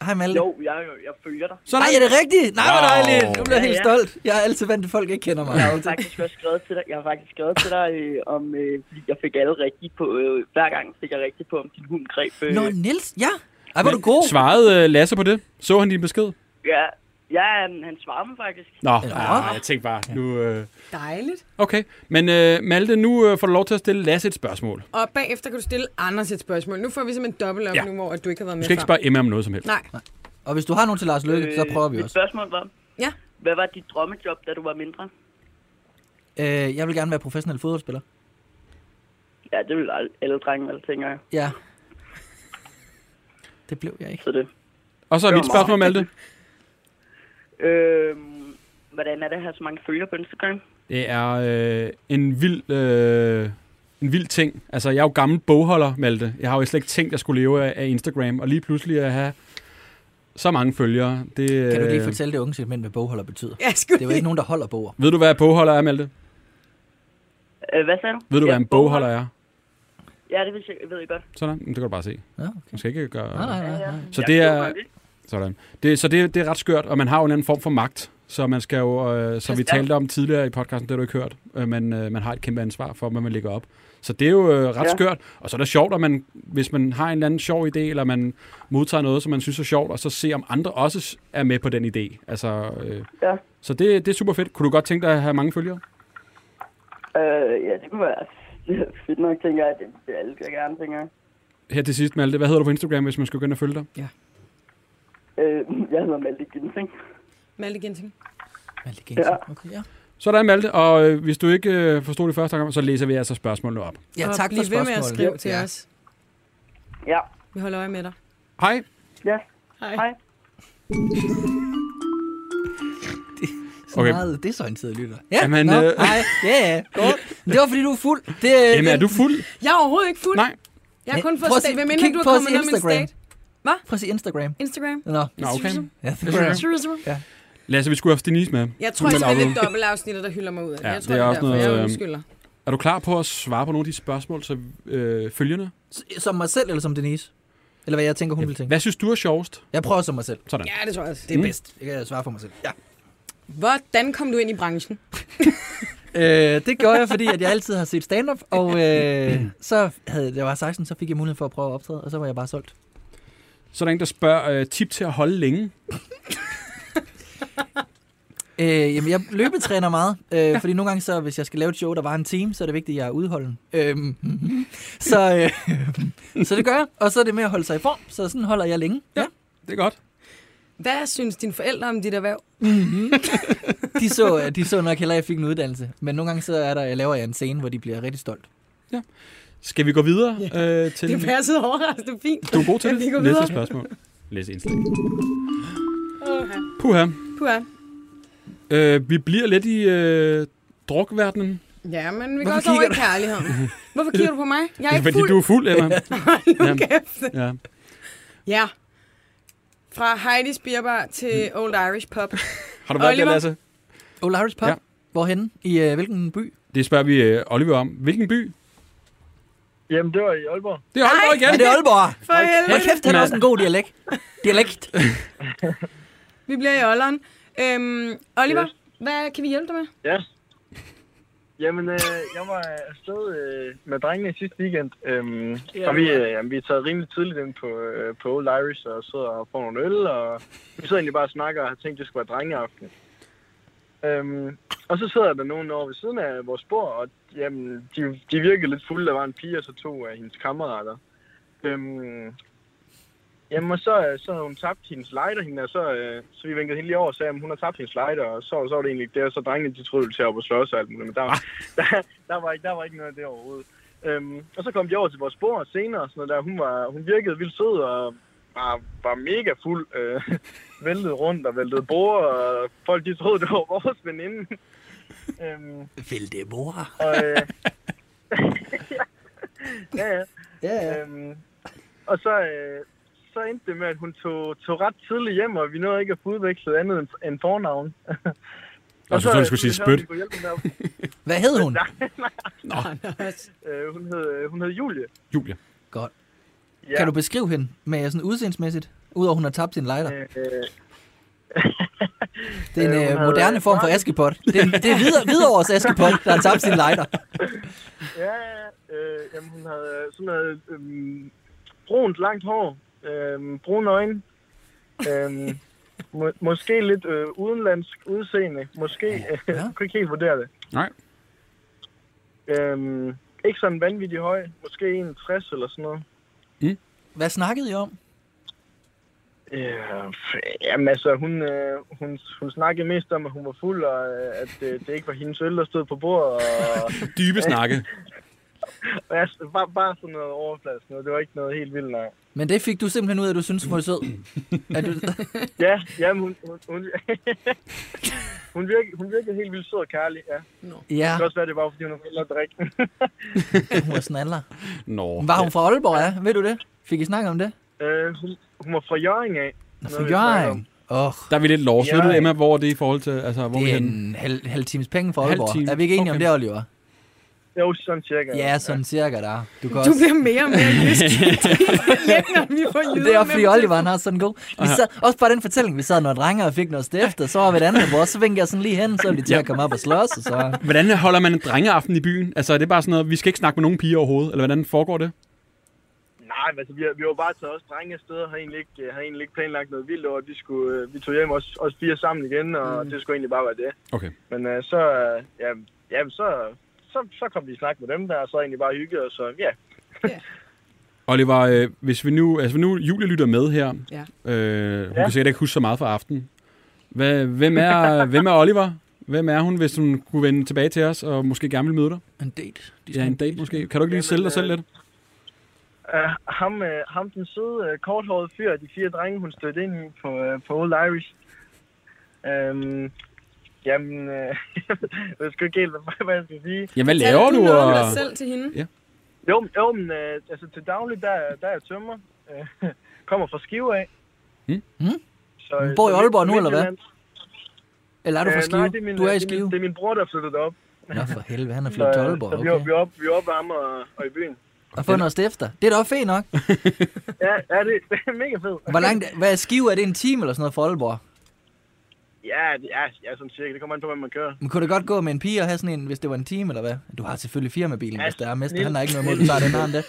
[SPEAKER 5] hej Malte.
[SPEAKER 11] Jo, jeg, jeg følger dig.
[SPEAKER 5] Sådan. Ej, er det rigtigt? Nej, hvor
[SPEAKER 4] Wow.
[SPEAKER 5] dejligt. Nu bliver jeg
[SPEAKER 11] Ja,
[SPEAKER 5] helt
[SPEAKER 11] ja.
[SPEAKER 5] stolt. Jeg er altid vant, at folk ikke kender mig.
[SPEAKER 11] Jeg har faktisk også skrevet til dig, jeg har faktisk skrevet til dig øh, om, øh, fordi jeg fik alle rigtigt på, øh, hver gang fik jeg rigtigt på, om din hund greb. Øh,
[SPEAKER 5] Nå, Nils, ja. Ej, hvor er du god.
[SPEAKER 4] Svarede øh, Lasse på det? Så han din besked?
[SPEAKER 11] ja, ja, han, han svarer mig faktisk.
[SPEAKER 4] Nå, ah, jeg tænkte bare, nu... Øh...
[SPEAKER 8] Dejligt.
[SPEAKER 4] Okay, men øh, Malte, nu øh, får du lov til at stille Lasse et spørgsmål. Du
[SPEAKER 8] Og bagefter kan du stille Anders et spørgsmål. Nu får vi simpelthen dobbelt op
[SPEAKER 4] Ja.
[SPEAKER 8] ja. nu, hvor at du ikke har været med
[SPEAKER 4] skal ikke
[SPEAKER 8] før.
[SPEAKER 4] spørge Emma om noget som helst.
[SPEAKER 8] Nej,
[SPEAKER 5] Og hvis du har nogen til Lars Løkke, så prøver vi
[SPEAKER 11] Øh, mit
[SPEAKER 5] også.
[SPEAKER 11] spørgsmål var,
[SPEAKER 8] Ja.
[SPEAKER 11] hvad var dit drømmejob, da du var mindre?
[SPEAKER 5] Øh, jeg vil gerne være professionel fodboldspiller.
[SPEAKER 11] Ja, det ville al- alle drenge, vel, tænker jeg.
[SPEAKER 5] Ja. Det blev jeg ikke.
[SPEAKER 11] Så det.
[SPEAKER 4] Og så er
[SPEAKER 11] Det var
[SPEAKER 4] mit spørgsmål, Malte.
[SPEAKER 11] Øh, hvordan er det at have så mange følgere på Instagram?
[SPEAKER 4] Det er øh, en vild... Øh, en vild ting. Altså, jeg er jo gammel bogholder, Malte. Jeg har jo slet ikke tænkt, at jeg skulle leve af, af Instagram. Og lige pludselig at have så mange følgere. Det,
[SPEAKER 5] Kan du
[SPEAKER 4] øh,
[SPEAKER 5] lige fortælle det unge segment, hvad bogholder betyder?
[SPEAKER 8] jeg skulle
[SPEAKER 5] Det er jo ikke nogen, der holder boger.
[SPEAKER 4] Ved du, hvad bogholder er, Malte?
[SPEAKER 11] Øh, hvad sagde du?
[SPEAKER 4] Ved du,
[SPEAKER 11] ja,
[SPEAKER 4] hvad en bogholder er?
[SPEAKER 11] Ja, det ved jeg, ved jeg godt.
[SPEAKER 4] Sådan. Men Det kan du bare se.
[SPEAKER 5] Ja, okay.
[SPEAKER 4] Man skal ikke gøre...
[SPEAKER 5] Nej, nej, nej. nej.
[SPEAKER 4] Så
[SPEAKER 11] Jeg
[SPEAKER 4] det
[SPEAKER 11] ved
[SPEAKER 4] er...
[SPEAKER 11] godt det.
[SPEAKER 4] Sådan. Det, så det, det er ret skørt, og man har jo en eller anden form for magt, så man skal jo, øh, som vi
[SPEAKER 11] Ja.
[SPEAKER 4] talte om tidligere i podcasten, det har du ikke hørt, øh, man, øh, man har et kæmpe ansvar for, hvad man lægger op. Så det er jo øh, ret ja.
[SPEAKER 11] Ja.
[SPEAKER 4] skørt, og så er det sjovt, at man, hvis man har en eller anden sjov idé, eller man modtager noget, som man synes er sjovt, og så se, om andre også s- er med på den idé. Altså, øh,
[SPEAKER 11] Ja.
[SPEAKER 4] Så det, det er super fedt. Kunne du godt tænke dig at have mange følgere?
[SPEAKER 11] Øh, ja, det kunne være fedt nok, tænker jeg. Det vil alle jeg gerne, tænker jeg.
[SPEAKER 4] Her til sidst, Malte, hvad hedder du på Instagram, hvis man skal begynde at følge dig?
[SPEAKER 11] Øh, jeg hedder Malte Ginsing.
[SPEAKER 8] Malte Genting.
[SPEAKER 5] Malte Gensel. Okay, ja.
[SPEAKER 4] Sådan, Malte, og øh, hvis du ikke øh, forstod det første gang, så læser vi altså spørgsmålene op.
[SPEAKER 5] ja,
[SPEAKER 8] og
[SPEAKER 5] tak
[SPEAKER 8] bliv
[SPEAKER 5] for
[SPEAKER 8] ved med
[SPEAKER 5] spørgsmålet.
[SPEAKER 8] at skrive til
[SPEAKER 5] ja.
[SPEAKER 8] os.
[SPEAKER 11] Ja.
[SPEAKER 8] Vi holder øje med dig.
[SPEAKER 4] Hej.
[SPEAKER 11] Ja.
[SPEAKER 8] Hej.
[SPEAKER 11] Hej.
[SPEAKER 5] Så
[SPEAKER 4] Okay.
[SPEAKER 5] meget desorienterede lytter. Ja,
[SPEAKER 4] Jamen,
[SPEAKER 5] nå,
[SPEAKER 4] øh.
[SPEAKER 5] nej, ja, ja, godt. Men Det var, fordi du er fuld. Det, øh,
[SPEAKER 4] Emma, er du fuld?
[SPEAKER 8] Jeg er overhovedet ikke fuld.
[SPEAKER 4] Nej.
[SPEAKER 8] Jeg har kun
[SPEAKER 5] Prøv
[SPEAKER 8] fået
[SPEAKER 5] at se-
[SPEAKER 8] stat. Hvem mindre
[SPEAKER 5] kig
[SPEAKER 8] du har
[SPEAKER 5] på os
[SPEAKER 8] kommet med min
[SPEAKER 5] Instagram.
[SPEAKER 8] stat? Hvad?
[SPEAKER 5] Prøv at se Instagram.
[SPEAKER 8] Instagram?
[SPEAKER 5] Nå,
[SPEAKER 4] Nå, okay.
[SPEAKER 5] ja, det
[SPEAKER 4] synes
[SPEAKER 5] var
[SPEAKER 4] jeg. Lasse, vi skulle have haft Denise med.
[SPEAKER 8] Jeg tror,
[SPEAKER 4] Hun
[SPEAKER 8] det
[SPEAKER 4] vil
[SPEAKER 8] er lidt
[SPEAKER 4] afbryde.
[SPEAKER 8] dobbeltafsnittet, der hylder mig ud af det.
[SPEAKER 4] Ja,
[SPEAKER 8] jeg
[SPEAKER 4] det
[SPEAKER 8] tror, det
[SPEAKER 4] er
[SPEAKER 8] er,
[SPEAKER 4] også
[SPEAKER 8] derfor,
[SPEAKER 4] noget,
[SPEAKER 8] jeg
[SPEAKER 4] øhm,
[SPEAKER 8] undskylder.
[SPEAKER 4] Er du klar på at svare på nogle af de spørgsmål, så øh, følgende?
[SPEAKER 5] Som mig selv eller som Denise? Eller hvad jeg tænker, hun ville tænke.
[SPEAKER 4] Hvad Mm. synes du er sjovest?
[SPEAKER 5] Jeg prøver som mig selv.
[SPEAKER 4] Sådan.
[SPEAKER 8] Ja, det tror jeg også.
[SPEAKER 5] Det er bedst. Jeg kan svare for mig selv. Ja.
[SPEAKER 8] Hvordan kom du ind i branchen?
[SPEAKER 5] Øh, det gjorde jeg, fordi at jeg altid har set stand-up, og øh, så havde jeg var 16, så fik jeg mulighed for at prøve at optræde, og så var jeg bare solgt.
[SPEAKER 4] Så er der en, der spørger, øh, tip til at holde længe.
[SPEAKER 5] Øh, jamen, jeg løbetræner meget, øh, fordi nogle gange, så, hvis jeg skal lave et show, der var en time, så er det vigtigt, at jeg er udholden. Øh, så, øh, så det gør jeg, og så er det med at holde sig i form, så sådan holder jeg længe. Ja.
[SPEAKER 4] Det er godt.
[SPEAKER 8] Hvad synes dine forældre om dit erhverv?
[SPEAKER 5] De, så, øh, de så nok heller, at jeg fik en uddannelse, men nogle gange, så er der, jeg laver jeg en scene, hvor de bliver rigtig stolt.
[SPEAKER 4] Skal vi gå videre øh, til...
[SPEAKER 8] Det passede overraskende fint.
[SPEAKER 4] Du er god til
[SPEAKER 8] Ja, vi går
[SPEAKER 4] det. Næste
[SPEAKER 8] videre.
[SPEAKER 4] spørgsmål. Læs indstik. Puha.
[SPEAKER 8] Puha.
[SPEAKER 4] Øh, vi bliver lidt i øh, drukverdenen.
[SPEAKER 8] Ja, men vi går
[SPEAKER 5] Hvorfor
[SPEAKER 8] også over i
[SPEAKER 5] kigger
[SPEAKER 8] kærligheden. Hvorfor kigger du på mig? Jeg
[SPEAKER 4] Det
[SPEAKER 8] er
[SPEAKER 4] er
[SPEAKER 8] ikke
[SPEAKER 4] fordi,
[SPEAKER 8] fuld.
[SPEAKER 4] du er fuld, Emma.
[SPEAKER 8] Nu kæft.
[SPEAKER 4] Ja.
[SPEAKER 8] Ja. Fra Heidi's Beerbar til Old Irish Pub.
[SPEAKER 4] Har du været der,
[SPEAKER 8] Oliver?
[SPEAKER 4] Lasse?
[SPEAKER 5] Olaris Pop,
[SPEAKER 4] Ja.
[SPEAKER 5] ja. hvorhen? I øh, hvilken by?
[SPEAKER 4] Det spørger vi øh, Oliver om. Hvilken by?
[SPEAKER 12] Jamen, det var i Aalborg.
[SPEAKER 4] Det er Aalborg igen.
[SPEAKER 5] Er det Aalborg?
[SPEAKER 8] For helvede.
[SPEAKER 5] Hold kæft, han har også en god dialekt. Dialekt.
[SPEAKER 8] Vi bliver i Olleren. Øhm, Oliver, hvad kan vi hjælpe dig med?
[SPEAKER 12] Ja. Jamen, øh, jeg var afsted øh, med drengene sidste weekend, øhm, og vi, øh, jamen, vi er taget rimelig tidligt ind på, øh, på Old Irish og sidder og får nogle øl, og vi sidder egentlig bare og snakker og har tænkt, at det skulle være drengeaften. Øhm, og så sidder der nogen over ved siden af vores bord, og jamen, de, de virkede lidt fulde. Der var en pige og så to af hendes kammerater. Øhm, jamen, og så, øh, så havde hun tabt hendes lighter, hende, og så, øh, så vi vinkede hende lige over og sagde, at hun har tabt hendes lighter, og så, så var det egentlig det, og så drengene, de troede, vi ville tage op og slås og alt muligt, men der, var- der, der, var, ikke, der var ikke noget af det overhovedet. Øhm, og så kom de over til vores bord senere, og sådan noget der. Hun, var, hun virkede vildt sød og var, var mega fuld. Øh, væltede rundt og væltede bord, og folk de troede, det var vores veninde. øhm,
[SPEAKER 5] Vil det mor?
[SPEAKER 12] og, øh, ja, ja. ja. Øhm, og så, øh, så endte det med, at hun tog, tog ret tidligt hjem, og vi nåede ikke at få udvekslet andet end, end fornavn. og
[SPEAKER 4] Jeg synes, du skulle sige spyt.
[SPEAKER 5] Hvad hed hun?
[SPEAKER 12] Øh, hun, hed, øh, hun hed Julie.
[SPEAKER 4] Julia.
[SPEAKER 5] Godt.
[SPEAKER 12] Ja.
[SPEAKER 5] Kan du beskrive hende med sådan udseendsmæssigt? Udover at hun har tabt sin lighter.
[SPEAKER 12] Øh,
[SPEAKER 5] Det er en
[SPEAKER 12] Øh, hun
[SPEAKER 5] øh,
[SPEAKER 12] havde-
[SPEAKER 5] moderne form for askepot. Det er, det er videre, videre års askepot, der har tabt sin lighter.
[SPEAKER 12] ja, ja, ja. øh, jamen, hun havde øh, sådan noget øh, brunt, langt hår, øh, brune øjne, øh, må, måske lidt øh, udenlandsk udseende, måske, øh,
[SPEAKER 5] Ja.
[SPEAKER 12] jeg kunne ikke helt vurdere det.
[SPEAKER 4] Nej.
[SPEAKER 12] Øh, ikke sådan vanvittig høj, måske 61 eller sådan noget.
[SPEAKER 5] Hvad snakkede I om?
[SPEAKER 12] Øh, f- jamen altså, hun, øh, hun, hun snakkede mest om, at hun var fuld, og øh, at øh, det ikke var hendes øl, der stod på bordet, og
[SPEAKER 4] Dybe snakke.
[SPEAKER 12] Og jeg, bare, bare sådan noget overflads noget. Det var ikke noget helt vildt, nej.
[SPEAKER 5] Men det fik du simpelthen ud af, at du synes, hun var sød. Er du,
[SPEAKER 12] Ja, jamen, hun, hun, hun, hun, virkede, hun virkede helt vildt sød og kærlig, ja. Det
[SPEAKER 5] ja,
[SPEAKER 12] kan også være, det var, fordi hun har forældre at drikke.
[SPEAKER 5] hun var snaller.
[SPEAKER 4] Nå.
[SPEAKER 5] Var hun fra Aalborg, ja? Ved du det? Fik I snakket om det?
[SPEAKER 12] øh, hun, hun var fra Jørgen af.
[SPEAKER 5] Nå,
[SPEAKER 12] Noget,
[SPEAKER 5] for
[SPEAKER 12] vi snakker om.
[SPEAKER 5] Jørgen. Åh, oh,
[SPEAKER 4] Der er vi lidt lost.
[SPEAKER 12] Ja.
[SPEAKER 4] Ved du, Emma, hvor er det i forhold til... Altså, hvor er vi
[SPEAKER 5] det er
[SPEAKER 4] henne?
[SPEAKER 5] en halv, halv times penge fra
[SPEAKER 4] Halv
[SPEAKER 5] Aalborg.
[SPEAKER 4] time.
[SPEAKER 5] Er vi ikke enige om
[SPEAKER 4] Okay.
[SPEAKER 5] det, Oliver?
[SPEAKER 12] Jo, sådan cirka.
[SPEAKER 5] Ja, sådan cirka der. Du kan
[SPEAKER 8] Du
[SPEAKER 5] også...
[SPEAKER 8] bliver mere og mere jysk. Længere vi får jyder
[SPEAKER 5] Det er også fordi
[SPEAKER 8] med.
[SPEAKER 5] Oliver han har sådan en god. Vi sad, også bare den fortælling, vi sad noget drenger og fik noget stift, og så var vi et andet vores, så vinkede jeg sådan lige hen, så ville de til at komme op og slås, og så...
[SPEAKER 4] Hvordan holder man en drengeaften i byen? Altså, er det bare sådan noget, vi skal ikke snakke med nogen piger overhovedet? Eller hvordan foregår det?
[SPEAKER 12] Nej, men altså, vi, har- vi var bare taget os drenge afsted og havde egentlig ikke, øh, havde egentlig ikke planlagt noget vildt over. Vi, skulle, øh, vi tog hjem os, os fire sammen igen, og mm. det skulle egentlig bare være det.
[SPEAKER 4] Okay.
[SPEAKER 12] Men øh, så, øh, ja, jamen, så, så, så kom vi i snak med dem der, og så egentlig bare hyggede os, og ja,
[SPEAKER 4] Oliver, øh, hvis vi nu... Altså, nu Julie lytter med her.
[SPEAKER 8] Ja.
[SPEAKER 4] Øh, hun ja.
[SPEAKER 12] Ja.
[SPEAKER 4] kan sikkert ikke huske så meget fra aftenen. Hvad, hvem, er, hvem er Oliver? Hvem er hun, hvis hun kunne vende tilbage til os og måske gerne vil møde dig?
[SPEAKER 5] En date. De
[SPEAKER 4] Ja, en date måske. Kan du ikke lige
[SPEAKER 12] Jamen,
[SPEAKER 4] sælge dig
[SPEAKER 12] øh,
[SPEAKER 4] selv lidt?
[SPEAKER 12] Uh, ham, uh, ham den søde, uh, korthårede fyr, de fire drenge, hun stødte ind i på, uh, på Old Irish. Um, jamen, uh, jeg ved sgu ikke helt, hvad, hvad jeg skal sige.
[SPEAKER 4] Ja, hvad
[SPEAKER 8] Fortalte
[SPEAKER 4] laver du?
[SPEAKER 8] noget om
[SPEAKER 4] og-
[SPEAKER 8] dig selv til hende?
[SPEAKER 12] Jo, men- jo men uh, altså, til daglig, der, er- der er jeg tømmer. Uh, kommer fra Skive af.
[SPEAKER 4] Mm.
[SPEAKER 5] Mm.
[SPEAKER 12] Så, øh,
[SPEAKER 5] Men bor i
[SPEAKER 12] så midt-
[SPEAKER 5] Aalborg nu, eller hvad?
[SPEAKER 12] Midtjylland.
[SPEAKER 5] Eller er du
[SPEAKER 12] Øh,
[SPEAKER 5] fra
[SPEAKER 12] Nej,
[SPEAKER 5] Skive?
[SPEAKER 12] det er min,
[SPEAKER 5] du er
[SPEAKER 12] øh,
[SPEAKER 5] i
[SPEAKER 12] det Min,
[SPEAKER 5] Skive?
[SPEAKER 12] det er min bror, der flyttede op.
[SPEAKER 5] Nå, for helvede, han er
[SPEAKER 12] Så,
[SPEAKER 5] flyttet til
[SPEAKER 12] øh,
[SPEAKER 5] Aalborg.
[SPEAKER 12] så vi, var,
[SPEAKER 5] Okay.
[SPEAKER 12] vi, var oppe, vi var oppe ved ham og, og i byen.
[SPEAKER 5] Og få noget stifter. Det er da også fedt nok.
[SPEAKER 12] Ja, ja det, det er mega fedt.
[SPEAKER 5] Hvor langt, hvad er Skive? Er det en time eller sådan noget for Aalborg?
[SPEAKER 12] Ja, det er, ja, sådan cirka. Det kommer an på, hvem man kører.
[SPEAKER 5] Men kunne det godt gå med en pige og have sådan en, hvis det var en time eller hvad? Du har selvfølgelig firmabilen,
[SPEAKER 12] Ja,
[SPEAKER 5] hvis der er mester.
[SPEAKER 12] Niels-
[SPEAKER 5] Han har ikke noget mod, du tager den anden det.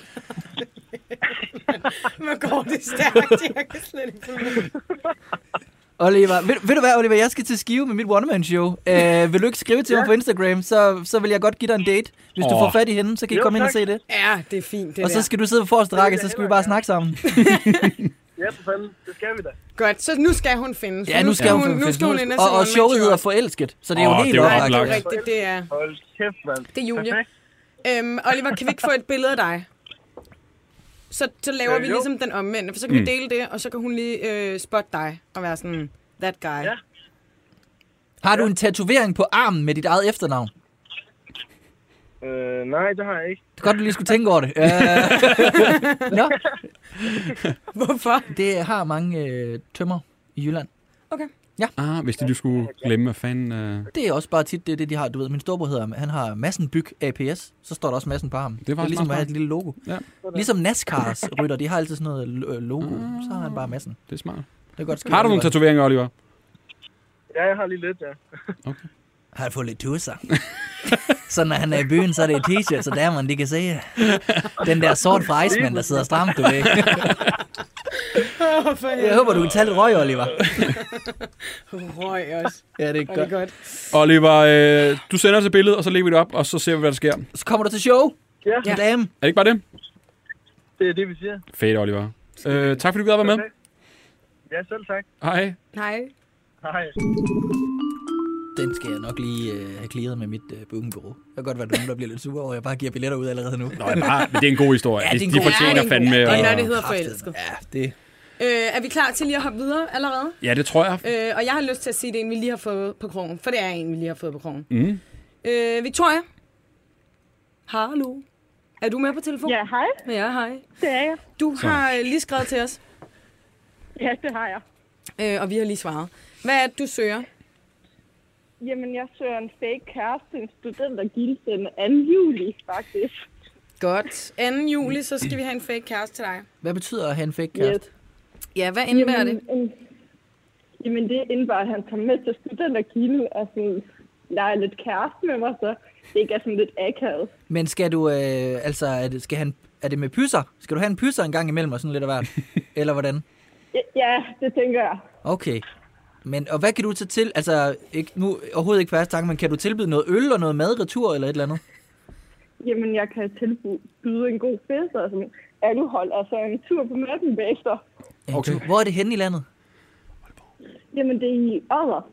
[SPEAKER 8] Hvor går det stærkt? Jeg kan slet ikke følge med.
[SPEAKER 5] Oliver, ved, ved, du hvad, Oliver? Jeg skal til Skive med mit one-man-show. Uh, vil du ikke skrive til mig på Instagram, så, så vil jeg godt give dig en date. Hvis du
[SPEAKER 4] Åh.
[SPEAKER 5] får fat i hende, så kan I
[SPEAKER 12] Jo,
[SPEAKER 5] komme ind og
[SPEAKER 12] tak.
[SPEAKER 5] se det.
[SPEAKER 8] Ja, det er fint, det
[SPEAKER 5] Og så
[SPEAKER 8] der.
[SPEAKER 5] skal du sidde på forreste række, så skal vi bare
[SPEAKER 12] hellere, ja.
[SPEAKER 5] snakke sammen.
[SPEAKER 12] Ja, for fanden. Det skal vi da.
[SPEAKER 8] Godt, så nu skal hun findes.
[SPEAKER 5] Ja, nu skal hun,
[SPEAKER 8] nu skal hun ind og se
[SPEAKER 5] og, og
[SPEAKER 8] One Man
[SPEAKER 5] showet
[SPEAKER 8] Show.
[SPEAKER 5] hedder Forelsket, så det er jo
[SPEAKER 4] Åh,
[SPEAKER 5] helt
[SPEAKER 4] det er jo
[SPEAKER 8] Nej, det er
[SPEAKER 5] oplagt.
[SPEAKER 4] oplagt.
[SPEAKER 8] rigtigt, det er,
[SPEAKER 12] Hold kæft, mand.
[SPEAKER 8] det er Julie.
[SPEAKER 12] Perfekt.
[SPEAKER 8] Øhm, Oliver, kan vi ikke få et billede af dig? Så, så laver
[SPEAKER 12] Øh,
[SPEAKER 8] vi
[SPEAKER 12] jo.
[SPEAKER 8] ligesom den omvendte, for så kan mm. vi dele det, og så kan hun lige øh, spotte dig og være sådan, that guy. Ja.
[SPEAKER 12] Ja.
[SPEAKER 5] Har du en tatovering på armen med dit eget efternavn?
[SPEAKER 12] Øh, nej, det har jeg ikke.
[SPEAKER 5] Det er godt, du lige skulle tænke over det. Uh, Nå,
[SPEAKER 8] Hvorfor?
[SPEAKER 5] det har mange øh, tømmer i Jylland.
[SPEAKER 4] Ah, hvis de nu skulle glemme, hvad fanden... Øh,
[SPEAKER 5] Det er også bare tit det, er det de har. Du ved, min storebror hedder, han har Massen Byg APS. Så står der også Massen på ham. Det, er
[SPEAKER 4] faktisk
[SPEAKER 5] ligesom at
[SPEAKER 4] meget
[SPEAKER 5] have
[SPEAKER 4] smart.
[SPEAKER 5] et lille logo.
[SPEAKER 4] Ja.
[SPEAKER 5] Ligesom NASCARs rytter, de har altid sådan noget lo- øh, logo. Så har han bare Massen.
[SPEAKER 4] det er smart.
[SPEAKER 5] Det er godt ske.
[SPEAKER 4] Har du nogle
[SPEAKER 5] Oliver.
[SPEAKER 4] tatoveringer, Oliver?
[SPEAKER 12] Ja, jeg har lige lidt, ja.
[SPEAKER 5] Har jeg fået lidt tusser. så når han er i byen, så er det et t-shirt, så damerne de kan se det. den der sort fra Iceman, der sidder stramt, du ved. Jeg håber, du kan tage lidt røg, Oliver.
[SPEAKER 8] Røg også.
[SPEAKER 5] Ja, det er
[SPEAKER 8] Var det godt?
[SPEAKER 4] Oliver, øh, du sender os et billede, og så lægger vi det op, og så ser vi, hvad der sker.
[SPEAKER 5] Så kommer du til show.
[SPEAKER 12] Ja.
[SPEAKER 5] Ja. Dame.
[SPEAKER 4] Er det ikke bare det?
[SPEAKER 12] Det er det, vi siger.
[SPEAKER 4] Fedt, Oliver. Øh, tak fordi du gad at være med.
[SPEAKER 12] Okay. Ja, selv tak.
[SPEAKER 4] Hej.
[SPEAKER 8] Nej.
[SPEAKER 12] Hej.
[SPEAKER 5] Den skal jeg nok lige øh, have clearet med mit øh, bookingbureau. Det kan godt være, at nogen der bliver lidt sure over, at jeg bare giver billetter ud allerede nu.
[SPEAKER 4] Nå, det, er bare, Ah, det er en god historie.
[SPEAKER 5] Ja,
[SPEAKER 4] Ja,
[SPEAKER 5] det er en
[SPEAKER 4] de
[SPEAKER 5] god-
[SPEAKER 4] fortjener
[SPEAKER 8] Ja, det er en
[SPEAKER 4] fandme.
[SPEAKER 8] god- Det er, når
[SPEAKER 4] Og,
[SPEAKER 8] det hedder forelsket.
[SPEAKER 5] Ja, det...
[SPEAKER 8] Øh, er vi klar til lige at hoppe videre allerede?
[SPEAKER 4] ja, det tror jeg.
[SPEAKER 8] Øh, og jeg har lyst til at sige, at det er en, vi lige har fået på krogen. For det er en, vi lige har fået på krogen.
[SPEAKER 4] Mm.
[SPEAKER 8] Øh, Victoria? Hallo? Er du med på telefon?
[SPEAKER 6] Ja, hej.
[SPEAKER 8] Ja, hej.
[SPEAKER 6] Det er jeg.
[SPEAKER 8] Du har øh, lige skrevet til os,
[SPEAKER 6] Ja, det har jeg.
[SPEAKER 8] øh, og vi har lige svaret. Hvad er det, du søger?
[SPEAKER 6] Jamen, jeg søger en fake kæreste, en studentergilde den 2. juli, faktisk.
[SPEAKER 4] Mm.
[SPEAKER 8] Godt. 2. juli, så skal vi have en fake kæreste til dig.
[SPEAKER 5] Hvad betyder at have en fake kæreste?
[SPEAKER 8] Ja, hvad indebærer det?
[SPEAKER 6] En, jamen, det indebærer, at han kom med til studentergilde og sådan, leger lidt kæreste med mig, så det ikke er sådan lidt akavet.
[SPEAKER 5] Men skal du, øh, altså, er det, skal han, er det med pysser? Skal du have en pysser en gang imellem og sådan lidt af hvert? Eller hvordan?
[SPEAKER 6] Ja, ja, det tænker jeg.
[SPEAKER 5] Okay. Men, og hvad kan du tage til? Altså, ikke, nu overhovedet ikke fast tanke, men kan du tilbyde noget øl og noget mad retur eller et eller andet?
[SPEAKER 6] Jamen, jeg kan tilbyde en god fest altså, og sådan alkohol, og så altså, en tur på matten bagefter.
[SPEAKER 5] En
[SPEAKER 4] Okay.
[SPEAKER 5] tur- Hvor er det henne i landet?
[SPEAKER 6] Jamen, det er i Odder.